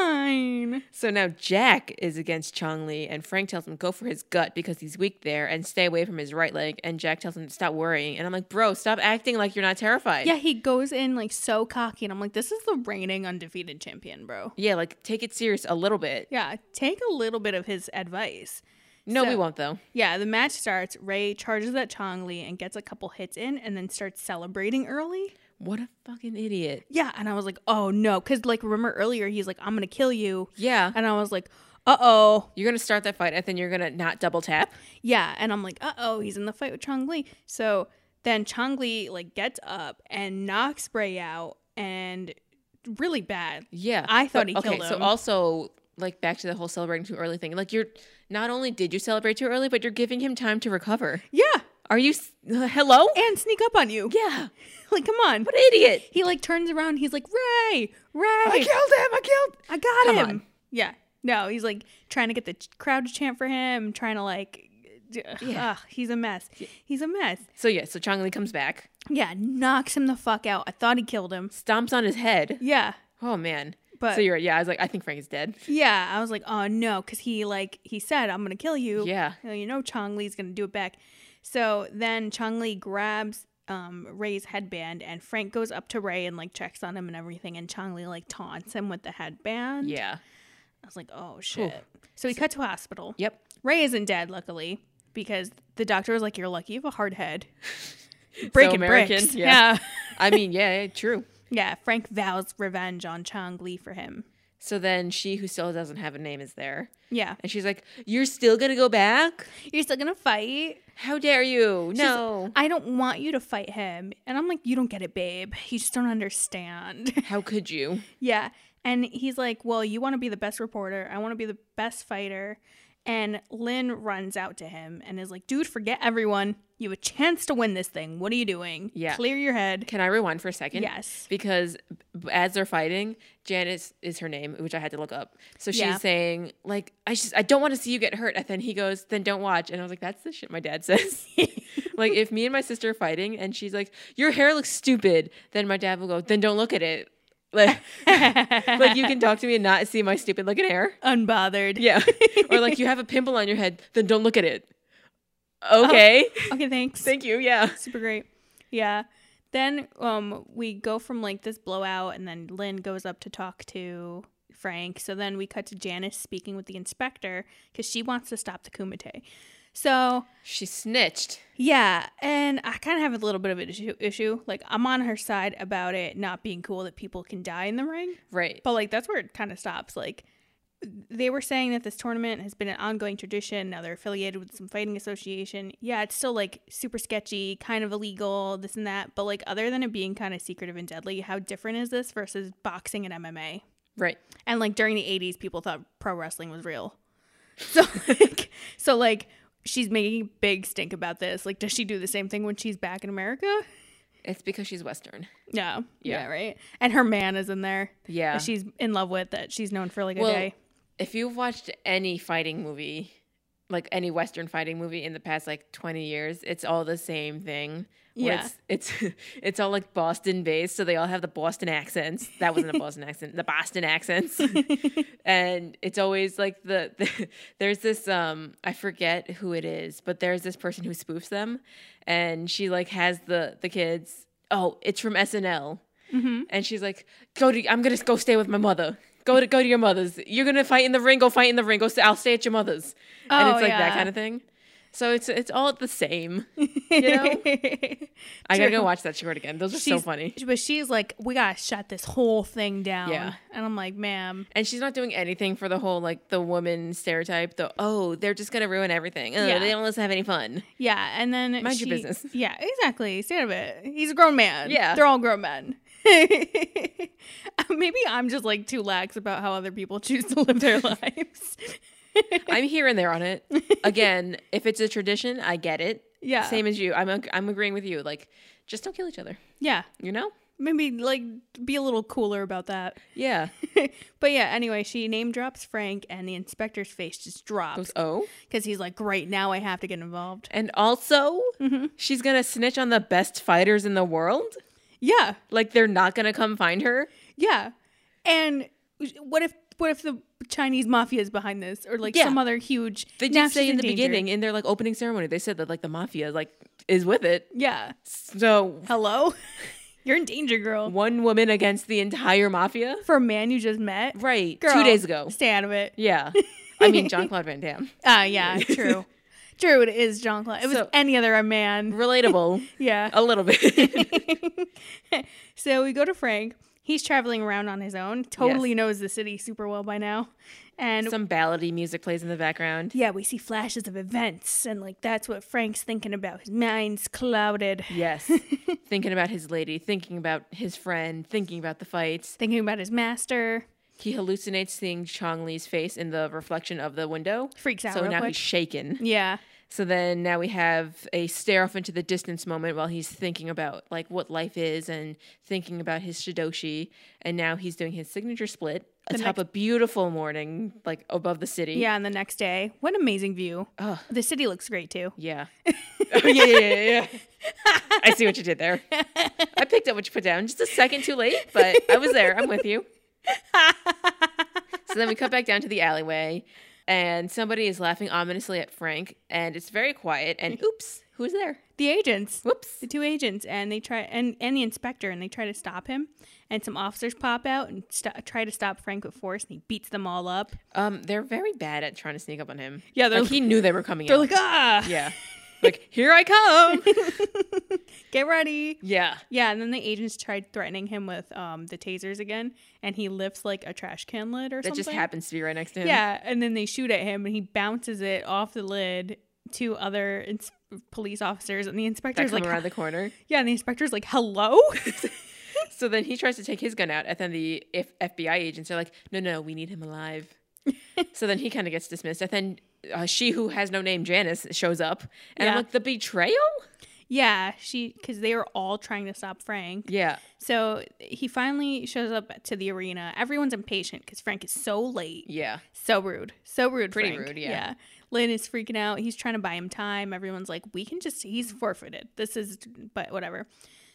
Speaker 1: mine.
Speaker 2: So now Jack is against Chong Li, and Frank tells him go for his gut because he's weak there and stay away from his right leg. And Jack tells him to stop worrying. And I'm like, bro, stop acting like you're not terrified.
Speaker 1: Yeah, he goes in like so cocky, and I'm like, this is the reigning undefeated champion, bro.
Speaker 2: Yeah, like take it serious a little bit.
Speaker 1: Yeah, take a little bit of his advice.
Speaker 2: No, we
Speaker 1: So-
Speaker 2: won't though.
Speaker 1: Yeah, the match starts. Ray charges at Chongli and gets a couple hits in and then starts celebrating early.
Speaker 2: What a fucking idiot.
Speaker 1: Yeah, and I was like, oh no. Because, like, remember earlier, he's like, I'm going to kill you.
Speaker 2: Yeah.
Speaker 1: And I was like, uh oh.
Speaker 2: You're gonna start that fight, and then you're gonna not double tap.
Speaker 1: Yeah, and I'm like, uh oh, he's in the fight with Chong Li. So then Chong Li like gets up and knocks Bray out, and really bad.
Speaker 2: Yeah,
Speaker 1: I thought
Speaker 2: but-
Speaker 1: he
Speaker 2: okay,
Speaker 1: killed
Speaker 2: So
Speaker 1: him.
Speaker 2: also, like back to the whole celebrating too early thing. Like you're not only did you celebrate too early, but you're giving him time to recover.
Speaker 1: Yeah,
Speaker 2: Are you? s- uh, Hello?
Speaker 1: and sneak up on you.
Speaker 2: Yeah.
Speaker 1: Like, come on.
Speaker 2: What an idiot!
Speaker 1: He like turns around. He's like, Ray, Ray,
Speaker 2: I killed him. I killed.
Speaker 1: I got
Speaker 2: Come
Speaker 1: him.
Speaker 2: on.
Speaker 1: Yeah. No, he's like trying to get the ch- crowd to chant for him, trying to like. d-
Speaker 2: Yeah.
Speaker 1: Ugh, he's a mess. He's a mess.
Speaker 2: So yeah, so Chong Li comes back,
Speaker 1: Yeah, knocks him the fuck out. I thought he killed him.
Speaker 2: stomps on his head.
Speaker 1: Yeah,
Speaker 2: Oh man.
Speaker 1: but
Speaker 2: so you're right. Yeah, I was like, I think Frank
Speaker 1: (laughs)
Speaker 2: is dead.
Speaker 1: yeah, I was like, oh no, because he like he said, I'm gonna kill you.
Speaker 2: Yeah.
Speaker 1: you know, you know Chong Li's gonna do it back. So then Chong Li grabs um, Ray's headband, and Frank goes up to Ray and like checks on him and everything, and Chong Li like taunts him with the headband.
Speaker 2: Yeah.
Speaker 1: I was like, oh shit. So he cut to a hospital.
Speaker 2: Yep.
Speaker 1: Ray isn't dead, luckily, because the doctor was like, "You're lucky you have a hard
Speaker 2: (laughs)
Speaker 1: head." Breaking
Speaker 2: American,
Speaker 1: bricks.
Speaker 2: yeah.
Speaker 1: Yeah.
Speaker 2: I mean, yeah, yeah, true.
Speaker 1: Yeah, Frank vows revenge on Chong Li for him.
Speaker 2: So then she who still doesn't have a name is there.
Speaker 1: Yeah.
Speaker 2: And she's like, You're still gonna go back?
Speaker 1: You're still gonna fight?
Speaker 2: How dare you?
Speaker 1: She's-
Speaker 2: No.
Speaker 1: I don't want you to fight him. And I'm like, you don't get it, babe. You just don't understand. (laughs)
Speaker 2: How could you?
Speaker 1: yeah. And he's like, well, you want to be the best reporter. I want to be the best fighter. And Lynn runs out to him and is like, dude, forget everyone. You have a chance to win this thing. What are you doing?
Speaker 2: Yeah.
Speaker 1: Clear your head.
Speaker 2: Can I rewind for a second?
Speaker 1: Yes.
Speaker 2: Because b- as they're fighting, Janice is her name, which I had to look up. So she's
Speaker 1: Yeah.
Speaker 2: saying, like, I just I don't want to see you get hurt. And then he goes, then don't watch. And I was like, that's the shit my dad (laughs) says. like if me and my sister are fighting and she's like, your hair looks stupid, then my dad will go, then don't look at it. (laughs) Like, like you can talk to me and not see my stupid looking hair.
Speaker 1: (laughs) Unbothered.
Speaker 2: Yeah. (laughs) or like you have a pimple on your head, then don't look at it. Okay.
Speaker 1: Okay, thanks.
Speaker 2: Oh. (laughs) Thank you. Yeah.
Speaker 1: Super great. Yeah. Then um we go from like this blowout and then Lynn goes up to talk to Frank. So then we cut to Janice speaking with the inspector cuz she wants to stop the kumite. So,
Speaker 2: She snitched.
Speaker 1: yeah, and I kind of have a little bit of an issue, issue. Like I'm on her side about it not being cool that people can die in the ring,
Speaker 2: Right.
Speaker 1: but like that's where it kind of stops. Like they were saying that this tournament has been an ongoing tradition. Now they're affiliated with some fighting association. Yeah, it's still like super sketchy, kind of illegal, this and that. But like other than it being kind of secretive and deadly, how different is this versus boxing and MMA?
Speaker 2: Right.
Speaker 1: And like during the 80s, people thought pro wrestling was real. (laughs) So like, so like she's making a big stink about this. Like does she do the same thing when she's back in America?
Speaker 2: It's because she's Western.
Speaker 1: No.
Speaker 2: Yeah.
Speaker 1: Yeah, right. And her man is in there.
Speaker 2: Yeah.
Speaker 1: That she's in love with that she's known for like a
Speaker 2: Well,
Speaker 1: day.
Speaker 2: if you've watched any fighting movie, like any Western fighting movie in the past like 20 years, it's all the same thing. where
Speaker 1: Yeah.
Speaker 2: It's it's, (laughs) it's all like Boston based, so they all have the Boston accents. That wasn't a Boston accent, the Boston accents. and it's always like the, the (laughs) there's this um I forget who it is, but there's this person who spoofs them and she like has the the kids, "Oh, it's from SNL."
Speaker 1: Mm-hmm.
Speaker 2: and she's like, "Go to, I'm gonna go stay with my mother. Go to, go to your mother's. You're gonna fight in the ring. Go fight in the ring. Go. St- I'll stay at your mother's." and
Speaker 1: Oh,
Speaker 2: it's like that
Speaker 1: yeah.
Speaker 2: kind of thing. So it's it's all
Speaker 1: (laughs)
Speaker 2: the same. You know, I gotta go
Speaker 1: True.
Speaker 2: watch that short again. Those are (laughs) so
Speaker 1: She's-
Speaker 2: funny.
Speaker 1: But she's like, we gotta shut this whole thing down.
Speaker 2: Yeah.
Speaker 1: And I'm like, ma'am.
Speaker 2: And she's not doing anything for the whole like the woman stereotype. The oh, they're just gonna ruin everything. Oh,
Speaker 1: Yeah.
Speaker 2: They don't let us have any
Speaker 1: (laughs)
Speaker 2: fun.
Speaker 1: Yeah. And then
Speaker 2: Mind your
Speaker 1: she-
Speaker 2: business. (laughs)
Speaker 1: Yeah, exactly. Stay out of it. He's a grown man.
Speaker 2: Yeah.
Speaker 1: They're all grown men. (laughs) Maybe I'm just like too lax about how other people choose to live
Speaker 2: (laughs)
Speaker 1: their lives.
Speaker 2: I'm here and there
Speaker 1: (laughs)
Speaker 2: on it. Again, if it's a tradition, I get it.
Speaker 1: Yeah.
Speaker 2: Same as you. I'm ag- I'm agreeing with you. Like, just don't kill each other.
Speaker 1: Yeah.
Speaker 2: You know?
Speaker 1: Maybe like be a little cooler about that. (laughs)
Speaker 2: Yeah.
Speaker 1: but yeah, anyway, she name drops Frank and the inspector's face just drops
Speaker 2: Goes, oh.
Speaker 1: because he's like, great, now I have to get involved.
Speaker 2: And also,
Speaker 1: Mm-hmm.
Speaker 2: she's gonna snitch on the best fighters in the world.
Speaker 1: Yeah.
Speaker 2: Like they're not gonna come find her.
Speaker 1: Yeah. And what if what if the Chinese mafia is behind this or like
Speaker 2: Yeah.
Speaker 1: some other huge
Speaker 2: They did
Speaker 1: Now
Speaker 2: say
Speaker 1: she's
Speaker 2: in the
Speaker 1: danger.
Speaker 2: beginning in their like opening ceremony, they said that like the mafia like is with it.
Speaker 1: Yeah.
Speaker 2: So (laughs)
Speaker 1: Hello? You're in danger, girl.
Speaker 2: one woman against the entire mafia.
Speaker 1: For a man you just met?
Speaker 2: Right.
Speaker 1: Girl,
Speaker 2: Two days ago.
Speaker 1: Stay out of it.
Speaker 2: Yeah. I
Speaker 1: (laughs)
Speaker 2: mean John Claude Van Damme.
Speaker 1: Ah,
Speaker 2: (laughs)
Speaker 1: yeah, true. true, it is John Claude. It was
Speaker 2: So- Oh.
Speaker 1: any other man.
Speaker 2: (laughs) Relatable.
Speaker 1: (laughs) Yeah.
Speaker 2: a little bit.
Speaker 1: so we go to Frank He's traveling around on his own. Totally knows the city super well by now. And
Speaker 2: Some ballady music plays in the background.
Speaker 1: yeah, we see flashes of events and like that's what Frank's thinking about. His mind's clouded. (laughs)
Speaker 2: Yes. thinking about his lady, thinking about his friend, thinking about the fights.
Speaker 1: Thinking about his master.
Speaker 2: He hallucinates seeing Chong Li's face in the reflection of the window.
Speaker 1: Freaks out
Speaker 2: So
Speaker 1: real
Speaker 2: now
Speaker 1: quick.
Speaker 2: he's shaken.
Speaker 1: Yeah.
Speaker 2: So then now we have a stare off into the distance moment while he's thinking about like what life is and thinking about his shidoshi. And now he's doing his signature split atop a beautiful morning, like above the city.
Speaker 1: Yeah, and the next day. What amazing view.
Speaker 2: Ugh.
Speaker 1: The city looks great too.
Speaker 2: (laughs) Yeah. Oh, yeah, yeah, yeah, (laughs) yeah. I see what you did there. I picked up what you put down just a second too late, but I was there. I'm with you. So then we cut back down to the alleyway, and somebody is laughing ominously at Frank, and it's very quiet. (laughs) And oops, who's there?
Speaker 1: The agents.
Speaker 2: Whoops.
Speaker 1: The two agents and they try and, and the inspector and they try to stop him and some officers pop out and st- try to stop Frank with force and he beats them all up.
Speaker 2: Um, they're very bad at trying to sneak up on him.
Speaker 1: Yeah, they're
Speaker 2: like, he knew they were coming.
Speaker 1: They're
Speaker 2: out.
Speaker 1: like, ah,
Speaker 2: (laughs) yeah, like here I come.
Speaker 1: get ready.
Speaker 2: (laughs) yeah,
Speaker 1: Yeah, and then the agents tried threatening him with um, the tasers again, and he lifts like a trash can lid or
Speaker 2: that
Speaker 1: something.
Speaker 2: just happens to be right next to him.
Speaker 1: Yeah, and then they shoot at him, and he bounces it off the lid to other ins- police officers, and the
Speaker 2: that
Speaker 1: inspector's
Speaker 2: come
Speaker 1: like,
Speaker 2: around the corner.
Speaker 1: yeah, and the inspector's like, hello. (laughs)
Speaker 2: So then he tries to take his gun out, and then the F- FBI agents are like, "No, no, we need him alive."
Speaker 1: (laughs)
Speaker 2: so then he kind of gets dismissed, and then uh, she who has no name, Janice, shows up, and
Speaker 1: Yeah.
Speaker 2: I'm like, "The betrayal."
Speaker 1: yeah, she because they were all trying to stop Frank.
Speaker 2: Yeah,
Speaker 1: So he finally shows up to the arena. Everyone's impatient because Frank is so late.
Speaker 2: yeah,
Speaker 1: So rude. So rude.
Speaker 2: Pretty
Speaker 1: Frank.
Speaker 2: rude, yeah.
Speaker 1: Lynn is freaking out. He's trying to buy him time. Everyone's like, we can just, he's forfeited. This is, but whatever.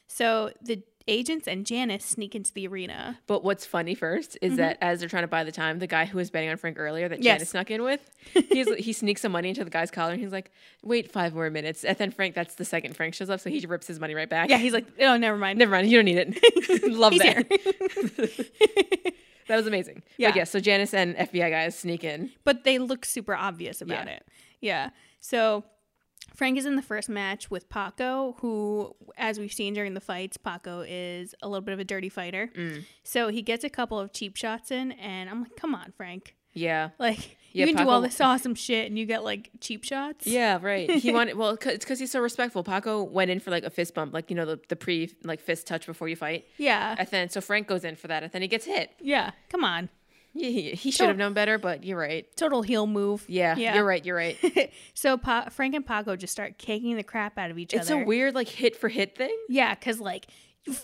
Speaker 1: So the agents and Janice sneak into the arena.
Speaker 2: But what's funny first is that as they're trying to buy the time, the guy who was betting on Frank earlier that
Speaker 1: Mm-hmm. Yes.
Speaker 2: Janice snuck
Speaker 1: (laughs)
Speaker 2: in with, he's, he sneaks some money into the guy's collar and he's like, wait five more minutes. And then Frank, that's the second Frank shows up, so he rips his money right back.
Speaker 1: Yeah, he's like, oh, never mind.
Speaker 2: never mind, you don't need it. (laughs) Love
Speaker 1: He's
Speaker 2: that. (laughs) that was amazing.
Speaker 1: Yeah.
Speaker 2: But yeah, so Janice and FBI guys sneak in.
Speaker 1: But they look super obvious about
Speaker 2: Yeah.
Speaker 1: it. Yeah. So Frank is in the first match with Paco, who, as we've seen during the fights, Paco is a little bit of a dirty fighter.
Speaker 2: Mm.
Speaker 1: So he gets a couple of cheap shots in, and I'm like, come on, Frank.
Speaker 2: Yeah.
Speaker 1: Like
Speaker 2: Yeah,
Speaker 1: you can do all
Speaker 2: Paco-
Speaker 1: this awesome shit and you get like cheap shots.
Speaker 2: Yeah,
Speaker 1: (laughs)
Speaker 2: right. He wanted well, 'cause- it's because he's so respectful. Paco went in for like a fist bump, like you know the, the pre like fist touch before you fight.
Speaker 1: Yeah.
Speaker 2: And then so Frank goes in for that, and then he gets hit.
Speaker 1: Yeah. Come on.
Speaker 2: Yeah, he, he should have known better, but you're right.
Speaker 1: Total heel move.
Speaker 2: Yeah,
Speaker 1: Yeah.
Speaker 2: you're right. You're
Speaker 1: (laughs)
Speaker 2: right.
Speaker 1: so pa- Frank and Paco just start kicking the crap out of each
Speaker 2: It's
Speaker 1: other.
Speaker 2: a weird like hit for hit thing.
Speaker 1: Yeah, because like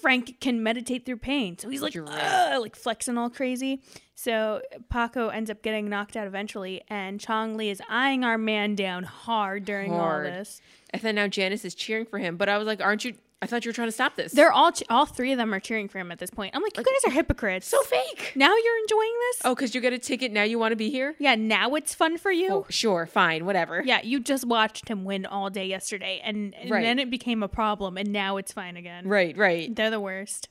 Speaker 1: Frank can meditate through pain. So he's like,
Speaker 2: You're right.
Speaker 1: "Ugh," like flexing all crazy. So Paco ends up getting knocked out eventually, and Chong Li is eyeing our man down hard during
Speaker 2: Hard.
Speaker 1: all this.
Speaker 2: And then now Janice is cheering for him, but I was like, "Aren't you?" I thought you were trying to stop this.
Speaker 1: They're all, ch- all three of them are cheering for him at this point. I'm like, you guys are hypocrites.
Speaker 2: so fake.
Speaker 1: now you're enjoying this?
Speaker 2: Oh, because you get a ticket now. You want to be here?
Speaker 1: Yeah, now it's fun for you.
Speaker 2: Oh, sure, fine, whatever.
Speaker 1: Yeah, you just watched him win all day yesterday, and, and
Speaker 2: Right.
Speaker 1: then it became a problem, and now it's fine again. (laughs)
Speaker 2: Right, right. (laughs)
Speaker 1: They're the worst.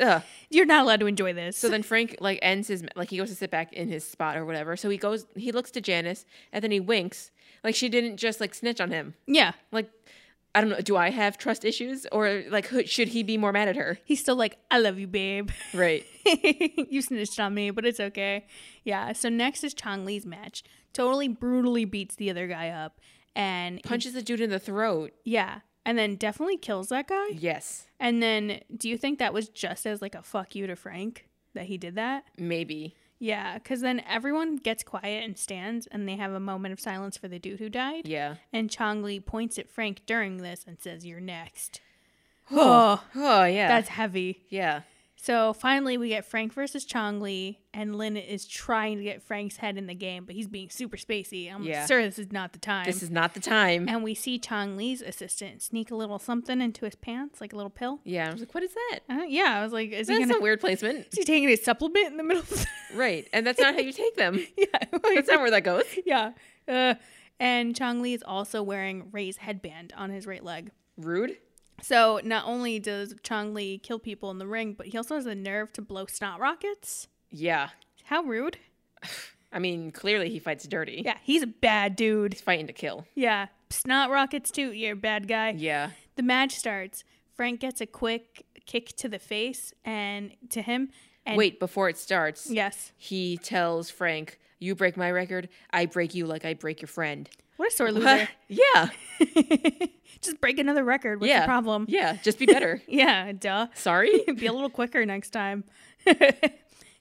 Speaker 2: Ugh.
Speaker 1: You're not allowed to enjoy this.
Speaker 2: So then Frank like ends his like he goes to sit back in his spot or whatever. So he goes, he looks to Janice, and then he winks like she didn't just like snitch on him.
Speaker 1: yeah,
Speaker 2: Like I don't know, do I have trust issues or like who, should he be more mad at her?
Speaker 1: he's still like, "I love you, babe." (laughs)
Speaker 2: Right.
Speaker 1: you snitched on me, but it's okay. Yeah. So next is Chong Lee's match. Totally brutally beats the other guy up, and
Speaker 2: Punches the dude in the throat.
Speaker 1: yeah, and then definitely kills that guy.
Speaker 2: Yes,
Speaker 1: And then, do you think that was just as like a fuck you to Frank that he did that?
Speaker 2: maybe.
Speaker 1: Yeah, because then everyone gets quiet and stands, and they have a moment of silence for the dude who died.
Speaker 2: Yeah.
Speaker 1: And Chong Li points at Frank during this and says, You're next.
Speaker 2: Oh,
Speaker 1: (sighs) Oh,
Speaker 2: oh yeah.
Speaker 1: that's heavy.
Speaker 2: yeah.
Speaker 1: So finally, we get Frank versus Chong Li, and Lin is trying to get Frank's head in the game, but he's being super spacey. I'm
Speaker 2: Yeah.
Speaker 1: like, Sir, this is not the time.
Speaker 2: This is not the time.
Speaker 1: and we see Chong Li's assistant sneak a little something into his pants, like a little pill.
Speaker 2: Yeah, I was like, what is that?
Speaker 1: Uh, yeah, I was like, Is he
Speaker 2: That's
Speaker 1: gonna? (laughs)
Speaker 2: a weird placement,
Speaker 1: is he taking his supplement in the middle of the- (laughs)
Speaker 2: right? And that's not how you take them.
Speaker 1: Yeah. (laughs)
Speaker 2: That's not where that goes.
Speaker 1: yeah. Uh, and Chong Li is also wearing Ray's headband on his right leg.
Speaker 2: Rude.
Speaker 1: So not only does Chong Li kill people in the ring, but he also has the nerve to blow snot rockets.
Speaker 2: Yeah,
Speaker 1: How rude.
Speaker 2: I mean, clearly he fights dirty.
Speaker 1: Yeah, he's a bad dude.
Speaker 2: He's fighting to kill.
Speaker 1: Yeah. Snot rockets too, you're a bad guy.
Speaker 2: Yeah,
Speaker 1: The match starts. Frank gets a quick kick to the face and to him. And
Speaker 2: Wait, before it starts,
Speaker 1: Yes.
Speaker 2: he tells Frank, "You break my record, I break you like I break your friend."
Speaker 1: What a sore
Speaker 2: Huh?
Speaker 1: (laughs) loser.
Speaker 2: yeah,
Speaker 1: (laughs) Just break another record. What's
Speaker 2: yeah.
Speaker 1: the problem?
Speaker 2: Yeah, just be
Speaker 1: (laughs)
Speaker 2: better.
Speaker 1: Yeah, duh.
Speaker 2: Sorry.
Speaker 1: Be a little quicker next time. (laughs)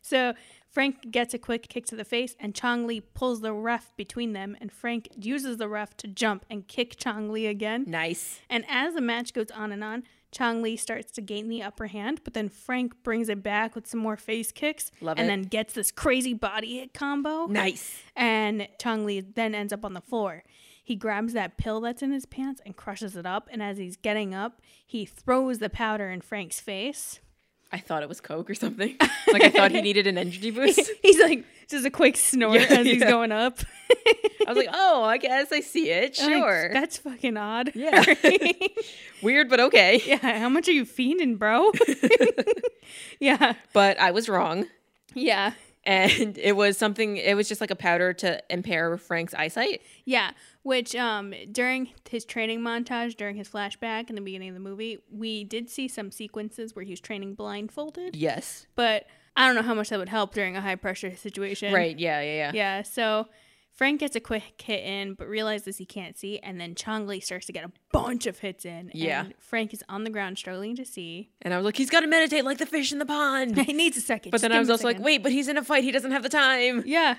Speaker 1: so Frank gets a quick kick to the face, and Chong Li pulls the ref between them, and Frank uses the ref to jump and kick Chong Li again. (laughs)
Speaker 2: Nice.
Speaker 1: And as the match goes on and on, Chong Li starts to gain the upper hand, but then Frank brings it back with some more face kicks,
Speaker 2: Love
Speaker 1: and
Speaker 2: it.
Speaker 1: then gets this crazy body hit combo.
Speaker 2: Nice.
Speaker 1: And Chong Li then ends up on the floor. He grabs that pill that's in his pants and crushes it up. And as he's getting up, he throws the powder in Frank's
Speaker 2: (laughs)
Speaker 1: face. (laughs)
Speaker 2: I thought it was Coke or (laughs) something. Like I thought he needed an energy (laughs) boost.
Speaker 1: he's like, just a quick snort
Speaker 2: Yeah,
Speaker 1: as he's
Speaker 2: yeah.
Speaker 1: going up.
Speaker 2: I was like, (laughs) "Oh, I guess I see it.
Speaker 1: I'm (laughs) like,
Speaker 2: Sure.
Speaker 1: That's fucking odd.
Speaker 2: Yeah. Weird, but (laughs) okay."
Speaker 1: (laughs) yeah. How much are you fiending,
Speaker 2: (laughs)
Speaker 1: bro? (laughs) yeah.
Speaker 2: But I was wrong.
Speaker 1: Yeah.
Speaker 2: And (laughs) it was something, it was just like a powder to impair Frank's eyesight.
Speaker 1: Yeah, which um during his training montage, during his flashback in the beginning of the movie, we did see some sequences where he was training blindfolded,
Speaker 2: Yes.
Speaker 1: but I don't know how much that would help during a high pressure situation.
Speaker 2: Right. Yeah. Yeah. Yeah.
Speaker 1: Yeah, so Frank gets a quick hit in, but realizes he can't see, and then Chong Li starts to get a bunch of hits in.
Speaker 2: Yeah.
Speaker 1: And Frank is on the ground struggling to
Speaker 2: (laughs)
Speaker 1: see.
Speaker 2: And I was like, he's got to meditate like the fish in the pond.
Speaker 1: He needs a second.
Speaker 2: But
Speaker 1: just
Speaker 2: then
Speaker 1: give
Speaker 2: I was
Speaker 1: him a
Speaker 2: also like,
Speaker 1: second.
Speaker 2: wait, but he's in a fight. He doesn't have
Speaker 1: (laughs)
Speaker 2: the time.
Speaker 1: Yeah.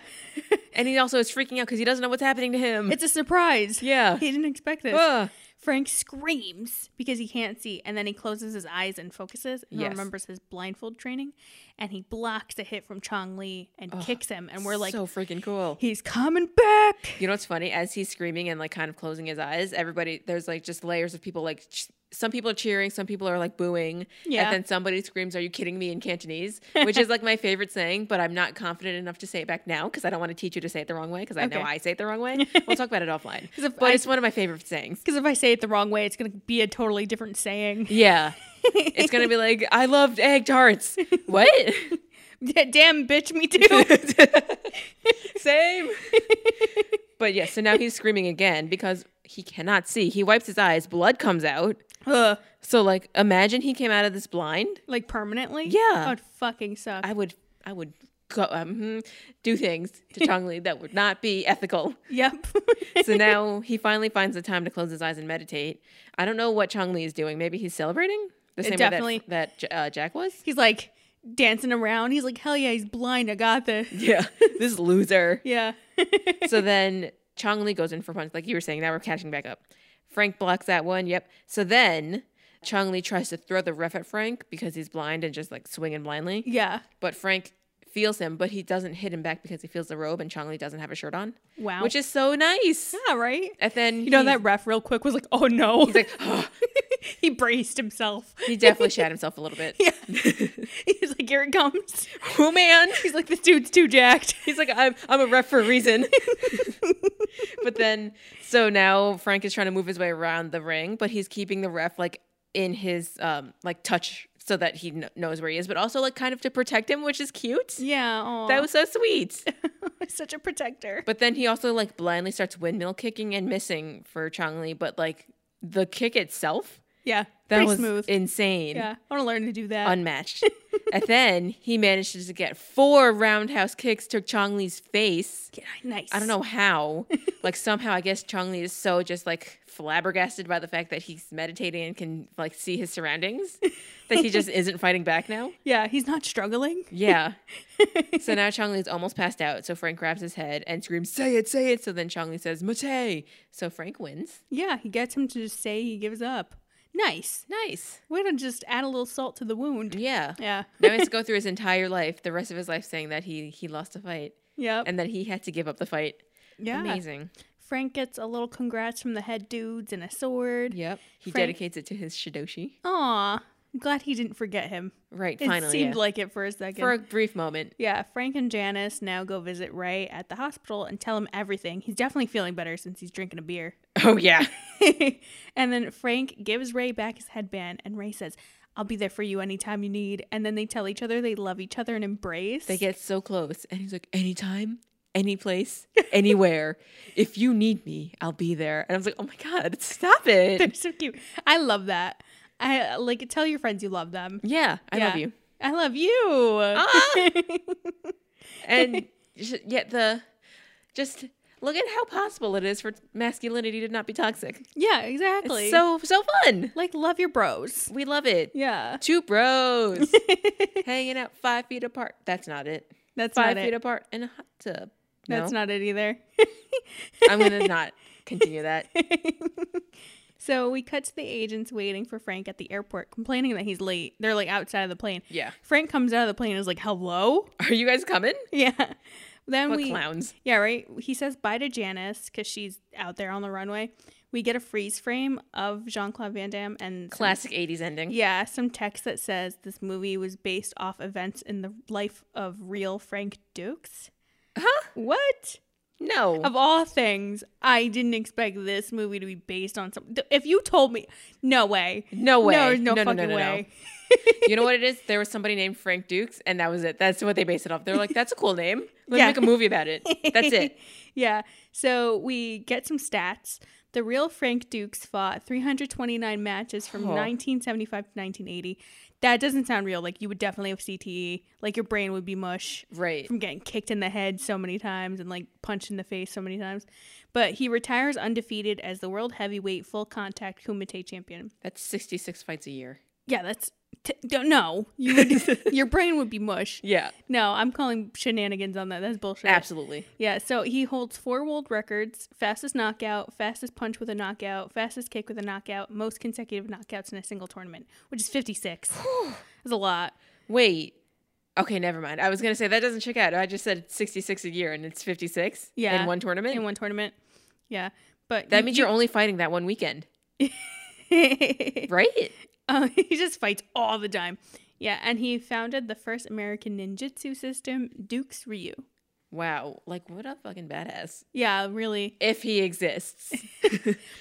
Speaker 2: And he also is freaking out because he doesn't know what's happening to him.
Speaker 1: It's a surprise.
Speaker 2: yeah.
Speaker 1: (laughs) He didn't expect this.
Speaker 2: Ugh.
Speaker 1: Frank screams because he can't see, and then he closes his eyes and focuses and
Speaker 2: Yes.
Speaker 1: remembers his blindfold training, and he blocks a hit from Chong Li and kicks him, and we're like,
Speaker 2: so freaking cool.
Speaker 1: he's coming back.
Speaker 2: (laughs) You know what's funny? As he's screaming and like kind of closing his eyes, everybody there's like just layers of people. Like ch- some people are cheering, some people are like booing,
Speaker 1: Yeah.
Speaker 2: and then somebody screams, "Are you kidding me?"
Speaker 1: (laughs)
Speaker 2: in Cantonese, which is like my favorite saying, but I'm not confident enough to say it back now because I don't want to teach you to say it the wrong way because I know
Speaker 1: Okay.
Speaker 2: I say it the
Speaker 1: (laughs)
Speaker 2: wrong way. we'll talk about it offline.
Speaker 1: 'Cause if
Speaker 2: But
Speaker 1: I-
Speaker 2: it's one of my favorite
Speaker 1: (laughs)
Speaker 2: sayings.
Speaker 1: Because if I say it the wrong way, it's gonna be a totally different (laughs) saying.
Speaker 2: Yeah, it's gonna be like I loved egg
Speaker 1: (laughs)
Speaker 2: tarts. What?
Speaker 1: Damn, bitch, me too. (laughs)
Speaker 2: (laughs) Same. But yeah, so now he's screaming again because he cannot see. He wipes his eyes, blood comes out.
Speaker 1: Ugh.
Speaker 2: So like imagine he came out of this blind.
Speaker 1: Like permanently?
Speaker 2: Yeah.
Speaker 1: That would fucking suck.
Speaker 2: I would I would go um, hmm, do things
Speaker 1: (laughs)
Speaker 2: to Chong Li that would not be ethical.
Speaker 1: yep. (laughs)
Speaker 2: So now he finally finds the time to close his eyes and meditate. I don't know what Chong Li is doing. Maybe he's celebrating the same
Speaker 1: definitely-
Speaker 2: way that, that uh, Jack was.
Speaker 1: he's like dancing around. He's like, hell yeah, he's blind. I got this. (laughs)
Speaker 2: (laughs) Yeah, this loser.
Speaker 1: Yeah. (laughs)
Speaker 2: so then Chong Li goes in for punch, like you were saying. Now we're catching back up. Frank blocks that one. Yep. So then Chong Li tries to throw the ref at Frank because he's blind and just like swinging blindly.
Speaker 1: yeah.
Speaker 2: But Frank feels him, but he doesn't hit him back because he feels the robe and Chong Li doesn't have a shirt on,
Speaker 1: Wow.
Speaker 2: which is so nice.
Speaker 1: yeah, right?
Speaker 2: And then
Speaker 1: You know,
Speaker 2: he's-
Speaker 1: that ref real quick was like, oh no. (laughs)
Speaker 2: he's like, "Ugh."
Speaker 1: he braced himself.
Speaker 2: he definitely shat himself a little bit.
Speaker 1: (laughs) Yeah. he's like, here it comes.
Speaker 2: Oh man,
Speaker 1: He's like, this dude's too jacked.
Speaker 2: he's like, I'm I'm a ref for a reason. (laughs) but then, so now Frank is trying to move his way around the ring, but he's keeping the ref like in his um like touch so that he kn- knows where he is, but also like kind of to protect him, which is cute.
Speaker 1: (laughs) Yeah. Aw.
Speaker 2: That was
Speaker 1: (laughs)
Speaker 2: so sweet.
Speaker 1: such a protector.
Speaker 2: But then he also like blindly starts windmill kicking and missing for Chong Li, but like the kick itself,
Speaker 1: yeah.
Speaker 2: that
Speaker 1: Pretty
Speaker 2: was
Speaker 1: smooth.
Speaker 2: insane.
Speaker 1: yeah. I want to learn to do that. (laughs)
Speaker 2: Unmatched. and then he manages to get four roundhouse kicks to Chong Li's face.
Speaker 1: Yeah, nice.
Speaker 2: I don't
Speaker 1: (laughs)
Speaker 2: know how. like somehow I guess Chong Li is so just like flabbergasted by the fact that he's meditating and can like see his
Speaker 1: (laughs)
Speaker 2: surroundings that he just isn't fighting back now.
Speaker 1: Yeah. He's not struggling.
Speaker 2: Yeah. so now Chong Li's almost passed out. So Frank grabs his head and screams, Say it, say it. So then Chong Li says, Mate. So Frank wins.
Speaker 1: Yeah. He gets him to just say he gives up. Nice.
Speaker 2: Nice.
Speaker 1: Way to just add a little salt to the wound.
Speaker 2: Yeah.
Speaker 1: Yeah.
Speaker 2: now he has
Speaker 1: (laughs)
Speaker 2: to go through his entire life, the rest of his life, saying that he he lost a fight
Speaker 1: Yep.
Speaker 2: and that he had to give up the fight.
Speaker 1: yeah.
Speaker 2: Amazing.
Speaker 1: Frank gets a little congrats from the head dudes and a sword.
Speaker 2: Yep. He
Speaker 1: Frank-
Speaker 2: dedicates it to his Shidoshi.
Speaker 1: Aw. I'm glad he didn't forget him.
Speaker 2: Right.
Speaker 1: It
Speaker 2: finally.
Speaker 1: seemed
Speaker 2: yeah.
Speaker 1: like it for a second.
Speaker 2: For a brief moment.
Speaker 1: yeah, Frank and Janice now go visit Ray at the hospital and tell him everything. He's definitely feeling better since he's drinking a beer. (laughs)
Speaker 2: Oh yeah.
Speaker 1: and then Frank gives Ray back his headband, and Ray says, I'll be there for you anytime you need. And then they tell each other they love each other and embrace. (laughs)
Speaker 2: They get so close, and he's like, anytime, any place, (laughs) anywhere. if you need me, I'll be there. And I was like, oh my god, stop it.
Speaker 1: They're so cute. I love that. I like tell your friends you love them.
Speaker 2: Yeah, I love
Speaker 1: Yeah. (laughs)
Speaker 2: you. Ah!
Speaker 1: I love you.
Speaker 2: And sh- yet the just look at how possible it is for masculinity to not be toxic.
Speaker 1: (laughs) yeah,
Speaker 2: It's
Speaker 1: exactly.
Speaker 2: so so fun.
Speaker 1: like love your bros.
Speaker 2: We love it.
Speaker 1: Yeah. (laughs)
Speaker 2: Two bros hanging out five feet apart. That's not it.
Speaker 1: That's
Speaker 2: five
Speaker 1: not
Speaker 2: feet
Speaker 1: it.
Speaker 2: apart in a hot tub.
Speaker 1: That's
Speaker 2: no,
Speaker 1: not it either. (laughs)
Speaker 2: I'm gonna not continue that.
Speaker 1: so we cut to the agents waiting for Frank at the airport, complaining that he's late. They're like outside of the plane.
Speaker 2: Yeah.
Speaker 1: Frank comes out of the plane and is like,
Speaker 2: (laughs)
Speaker 1: "Hello."
Speaker 2: Are you guys coming?
Speaker 1: Yeah. Then
Speaker 2: What
Speaker 1: we
Speaker 2: clowns?
Speaker 1: yeah right. He says bye to Janice because she's out there on the runway. We get a freeze frame of Jean Claude Van Damme and some-
Speaker 2: Classic '80s ending.
Speaker 1: yeah, some text that says this movie was based off events in the life of real Frank Dukes.
Speaker 2: Huh?
Speaker 1: What?
Speaker 2: No.
Speaker 1: Of all things, I didn't expect this movie to be based on some. If you told me, no way,
Speaker 2: No way.
Speaker 1: no, there's no, fucking way. (laughs)
Speaker 2: You know what it is? There was somebody named Frank Dukes, and that was it. That's what they based it off. They're like, that's a cool name. Let's
Speaker 1: Yeah.
Speaker 2: make a movie about it.
Speaker 1: (laughs)
Speaker 2: That's it.
Speaker 1: yeah. So we get some stats. The real Frank Dukes fought 329 matches from
Speaker 2: Oh.
Speaker 1: 1975 to 1980. That doesn't sound real. Like you would definitely have CTE. Like your brain would be mush.
Speaker 2: Right.
Speaker 1: from getting kicked in the head so many times and like punched in the face so many times. But he retires undefeated as the world heavyweight full contact kumite champion.
Speaker 2: That's 66 fights a year.
Speaker 1: Yeah, that's t- don't know. You would, your brain would be mush.
Speaker 2: (laughs) Yeah.
Speaker 1: No, I'm calling shenanigans on that. That's bullshit.
Speaker 2: Absolutely.
Speaker 1: Yeah, so he holds four world records: fastest knockout, fastest punch with a knockout, fastest kick with a knockout, most consecutive knockouts in a single tournament, which is 56. That's a lot.
Speaker 2: Wait. Okay, never mind. I was going to say that doesn't check out. I just said 66 a year, and it's 56
Speaker 1: Yeah.
Speaker 2: in one tournament.
Speaker 1: in one tournament. Yeah, but (laughs)
Speaker 2: that
Speaker 1: you-
Speaker 2: means you're only fighting that one
Speaker 1: (laughs)
Speaker 2: weekend, right?
Speaker 1: Uh, (laughs) he just fights all the time. Yeah, and he founded the first American ninjutsu system, Duke's Ryu.
Speaker 2: Wow. Like, what a fucking badass.
Speaker 1: Yeah, really.
Speaker 2: If
Speaker 1: (laughs)
Speaker 2: he exists.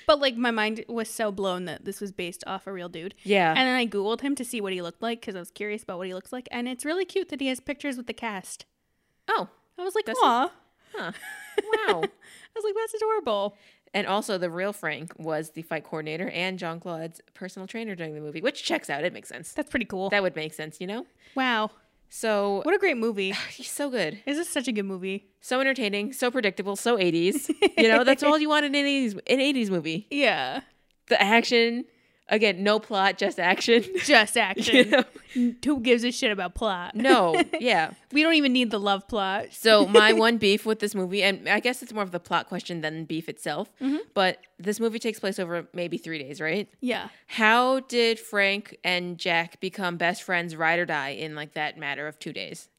Speaker 1: But like, my mind was so blown that this was based off a real dude.
Speaker 2: Yeah.
Speaker 1: And then I Googled him to see what he looked like because I was curious about what he looks like. And it's really cute that he has pictures with the cast.
Speaker 2: oh,
Speaker 1: I was like,
Speaker 2: That's-
Speaker 1: aw.
Speaker 2: huh. Wow.
Speaker 1: I was like, that's adorable.
Speaker 2: And also, the real Frank was the fight coordinator and Jean Claude's personal trainer during the movie, which checks out. It makes sense.
Speaker 1: That's pretty cool.
Speaker 2: That would make sense, you know?
Speaker 1: wow.
Speaker 2: So, (sighs)
Speaker 1: What a great movie.
Speaker 2: he's so good,
Speaker 1: This is such a good movie.
Speaker 2: so entertaining, so predictable, so 80s. You know, that's all you want in an 80s, an 80s movie.
Speaker 1: Yeah.
Speaker 2: The action, again, no plot, just action. (laughs)
Speaker 1: Just
Speaker 2: You (laughs)
Speaker 1: action.
Speaker 2: know?
Speaker 1: Who gives a shit about plot?
Speaker 2: No, yeah.
Speaker 1: We don't even need the love plot.
Speaker 2: So, my one beef with this movie, and I guess it's more of the plot question than beef itself, but this movie takes place over maybe three days, right?
Speaker 1: Yeah.
Speaker 2: How did Frank and Jack become best friends, ride or die, in like that matter of two days?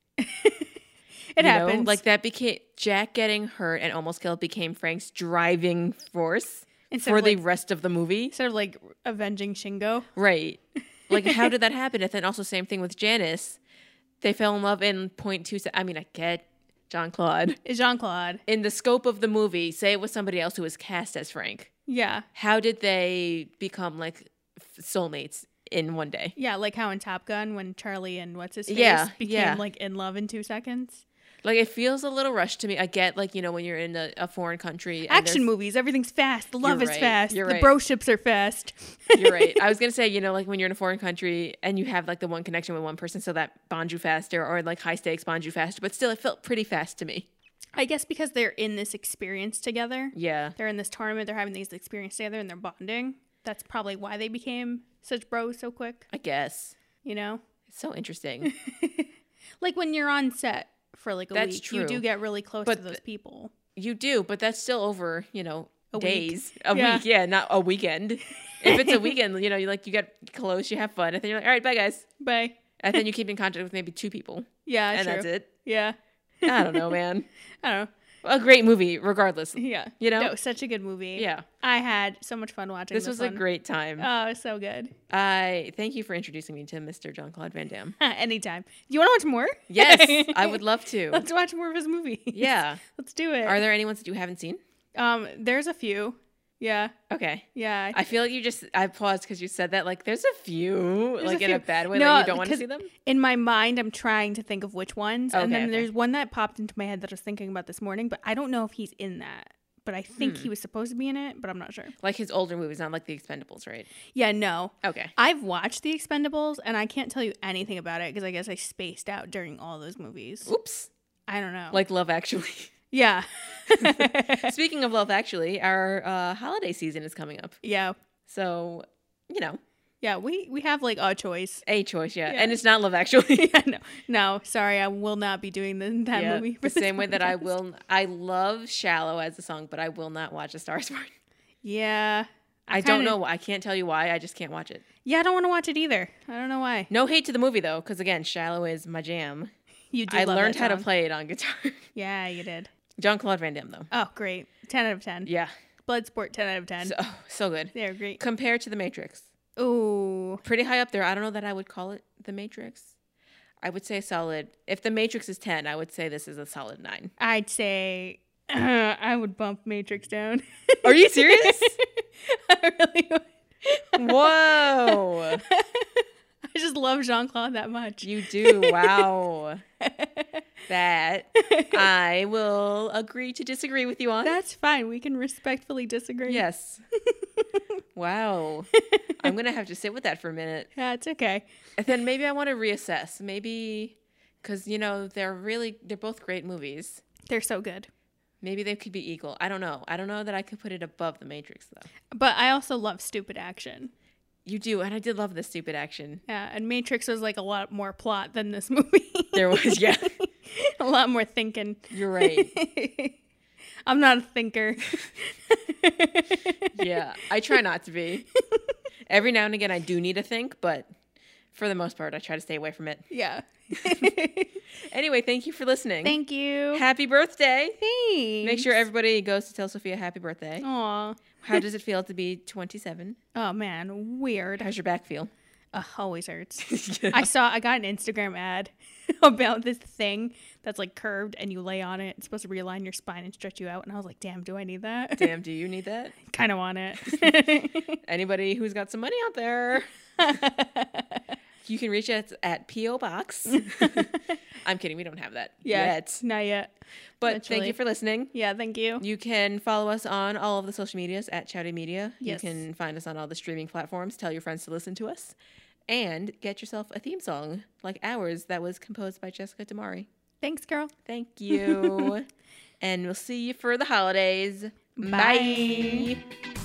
Speaker 1: It
Speaker 2: You know,
Speaker 1: happens.
Speaker 2: Like that became Jack getting hurt and almost killed became Frank's driving force
Speaker 1: Instead
Speaker 2: for
Speaker 1: of,
Speaker 2: the
Speaker 1: like-
Speaker 2: rest of the movie.
Speaker 1: sort of like avenging Shingo.
Speaker 2: Right. (laughs) Like
Speaker 1: (laughs)
Speaker 2: how did that happen? And then also same thing with Janice. They fell in love in point two. Se- I mean, I get
Speaker 1: (laughs)
Speaker 2: John Claude.
Speaker 1: Jean Claude.
Speaker 2: In the scope of the movie, say it was somebody else who was cast as Frank.
Speaker 1: Yeah.
Speaker 2: How did they become like f- soulmates in one day?
Speaker 1: Yeah, like how in Top Gun when Charlie and what's his face
Speaker 2: Yeah,
Speaker 1: became
Speaker 2: yeah.
Speaker 1: like in love in two seconds.
Speaker 2: Like it feels a little rushed to me. I get like you know when you're in a, a foreign country. and
Speaker 1: Action movies, everything's fast. The love
Speaker 2: You're
Speaker 1: is
Speaker 2: right,
Speaker 1: fast.
Speaker 2: you're
Speaker 1: the
Speaker 2: right.
Speaker 1: broships are
Speaker 2: (laughs)
Speaker 1: fast.
Speaker 2: there's- You're right. I
Speaker 1: (laughs)
Speaker 2: was gonna say you know like when you're in a foreign country and you have like the one connection with one person, so that bonds you faster, or like high stakes bonds you faster. But still, it felt pretty fast to me.
Speaker 1: I guess because they're in this experience together.
Speaker 2: Yeah,
Speaker 1: They're in this tournament, they're having these experience together and they're bonding. That's probably why they became such bros so quick,
Speaker 2: I guess
Speaker 1: you know?
Speaker 2: it's
Speaker 1: (laughs)
Speaker 2: so interesting.
Speaker 1: Like when you're on set for like a
Speaker 2: That's
Speaker 1: week, you
Speaker 2: true.
Speaker 1: do get really close
Speaker 2: But
Speaker 1: to those people.
Speaker 2: you do, but that's still over. You know.
Speaker 1: A week.
Speaker 2: days a
Speaker 1: Yeah.
Speaker 2: week yeah not
Speaker 1: (laughs)
Speaker 2: a weekend if it's a weekend you know you like you get close you have fun and then you're like all right bye guys
Speaker 1: Bye.
Speaker 2: and then you keep in contact with maybe two people
Speaker 1: Yeah,
Speaker 2: and
Speaker 1: true.
Speaker 2: that's it
Speaker 1: Yeah.
Speaker 2: i
Speaker 1: (laughs)
Speaker 2: don't know man
Speaker 1: I don't know.
Speaker 2: a great
Speaker 1: (laughs)
Speaker 2: movie regardless
Speaker 1: Yeah.
Speaker 2: You know?
Speaker 1: No, such a good movie.
Speaker 2: yeah
Speaker 1: I had so much fun watching this.
Speaker 2: this was a
Speaker 1: one.
Speaker 2: great time
Speaker 1: Oh, it was so good. (laughs)
Speaker 2: I thank you for introducing me to Mr. John Claude Van Damme. (laughs)
Speaker 1: Anytime. Do you want to watch more? (laughs)
Speaker 2: Yes, I would love to.
Speaker 1: Let's watch more of his movies.
Speaker 2: Yeah.
Speaker 1: Let's do it.
Speaker 2: Are there any ones that you haven't seen?
Speaker 1: um, there's a few. Yeah.
Speaker 2: Okay.
Speaker 1: Yeah.
Speaker 2: I feel like you just I paused because you said that like there's a few
Speaker 1: There's
Speaker 2: like
Speaker 1: a
Speaker 2: in a
Speaker 1: few.
Speaker 2: bad way
Speaker 1: No,
Speaker 2: that you don't want to
Speaker 1: because-
Speaker 2: see them.
Speaker 1: In my mind, I'm trying to think of which ones. and
Speaker 2: Okay,
Speaker 1: then
Speaker 2: okay.
Speaker 1: there's one that popped into my head that I was thinking about this morning, but I don't know if he's in that. but I think he was supposed to be in it, but I'm not sure.
Speaker 2: Like his older movies, not like The Expendables, right?
Speaker 1: Yeah, no.
Speaker 2: Okay.
Speaker 1: I've watched The Expendables and I can't tell you anything about it because I guess I spaced out during all those movies.
Speaker 2: Oops.
Speaker 1: I don't know.
Speaker 2: Like Love Actually. (laughs)
Speaker 1: (laughs) yeah.
Speaker 2: Speaking of Love Actually, our uh, holiday season is coming up.
Speaker 1: yeah.
Speaker 2: So, you know,
Speaker 1: Yeah, we we have like a (laughs) choice.
Speaker 2: a choice, yeah.
Speaker 1: Yeah.
Speaker 2: And it's not Love Actually.
Speaker 1: yeah, no. No, sorry, I will not be doing the, that
Speaker 2: Yeah,
Speaker 1: movie. for
Speaker 2: the
Speaker 1: this
Speaker 2: same way that I
Speaker 1: podcast.
Speaker 2: will, I love "Shallow" as a song, but I will not watch *A Star is Born*.
Speaker 1: (laughs) Yeah.
Speaker 2: I don't
Speaker 1: kinda-
Speaker 2: know. why- I can't tell you why. I just can't watch it.
Speaker 1: Yeah, I don't want to watch it either. I don't know why.
Speaker 2: No hate to the movie though, because again, "Shallow" is my jam.
Speaker 1: You did
Speaker 2: I
Speaker 1: love
Speaker 2: learned
Speaker 1: that
Speaker 2: how to
Speaker 1: song.
Speaker 2: play it on guitar. (laughs)
Speaker 1: Yeah, you did.
Speaker 2: John Claude Van Damme though.
Speaker 1: Oh, great. 10 out of 10.
Speaker 2: Yeah,
Speaker 1: Bloodsport 10 out of 10.
Speaker 2: so, (laughs) so good.
Speaker 1: They're great.
Speaker 2: Compared to *The Matrix*,
Speaker 1: Ooh.
Speaker 2: pretty high up there. I don't know that I would call it *The Matrix*. I would say a solid. If *The Matrix* is ten, I would say this is a solid nine.
Speaker 1: I'd say (clears throat) I would bump Matrix down.
Speaker 2: Are you serious?
Speaker 1: (laughs) I really would.
Speaker 2: (laughs) Whoa,
Speaker 1: I just love Jean Claude that much.
Speaker 2: you do. Wow, that. I will agree to disagree with you on.
Speaker 1: That's fine. We can respectfully disagree.
Speaker 2: (laughs) yes. wow. I'm going to have to sit with that for a minute.
Speaker 1: That's okay.
Speaker 2: And then maybe I want to reassess. Maybe cuz you know, they're really they're both great movies.
Speaker 1: They're so good.
Speaker 2: Maybe they could be equal. I don't know. I don't know that I could put it above The Matrix though.
Speaker 1: But I also love stupid action.
Speaker 2: You do, and I did love the stupid action.
Speaker 1: Yeah, and Matrix was like a lot more plot than this (laughs) movie.
Speaker 2: There was (laughs) yeah.
Speaker 1: a lot more thinking.
Speaker 2: You're right.
Speaker 1: (laughs) I'm not a thinker.
Speaker 2: Yeah. I try not to (laughs) be. Every now and again I do need to think, but for the most part I try to stay away from it.
Speaker 1: yeah. (laughs)
Speaker 2: Anyway, thank you for listening.
Speaker 1: Thank you.
Speaker 2: Happy birthday.
Speaker 1: Thanks.
Speaker 2: Make sure everybody goes to tell Sophia happy birthday.
Speaker 1: Aw.
Speaker 2: How does it feel to be 27?
Speaker 1: Oh man,
Speaker 2: (laughs)
Speaker 1: weird.
Speaker 2: How's your back
Speaker 1: (laughs)
Speaker 2: feel?
Speaker 1: Ugh, always hurts.
Speaker 2: (laughs)
Speaker 1: I saw I got an Instagram ad (laughs) about this thing that's like curved and you lay on it. It's supposed to realign your spine and stretch you out. And I was like, damn, do I need that? (laughs)
Speaker 2: Damn, do you need that?
Speaker 1: kind of want
Speaker 2: (laughs)
Speaker 1: it. (laughs)
Speaker 2: Anybody who's got some money out there, you can reach us at
Speaker 1: (laughs)
Speaker 2: PO Box. I'm kidding, we don't have that
Speaker 1: yeah,
Speaker 2: yet.
Speaker 1: not yet.
Speaker 2: But thank
Speaker 1: Eventually.
Speaker 2: you for listening.
Speaker 1: Yeah, thank you.
Speaker 2: You can follow us on all of the social medias at Chowdy Media.
Speaker 1: Yes.
Speaker 2: You can find us on all the streaming platforms. Tell your friends to listen to us. And get yourself a theme song like ours that was composed by Jessica Damari.
Speaker 1: Thanks, girl.
Speaker 2: Thank
Speaker 1: (laughs)
Speaker 2: you. and we'll see you for the holidays.
Speaker 1: Bye.
Speaker 2: Bye.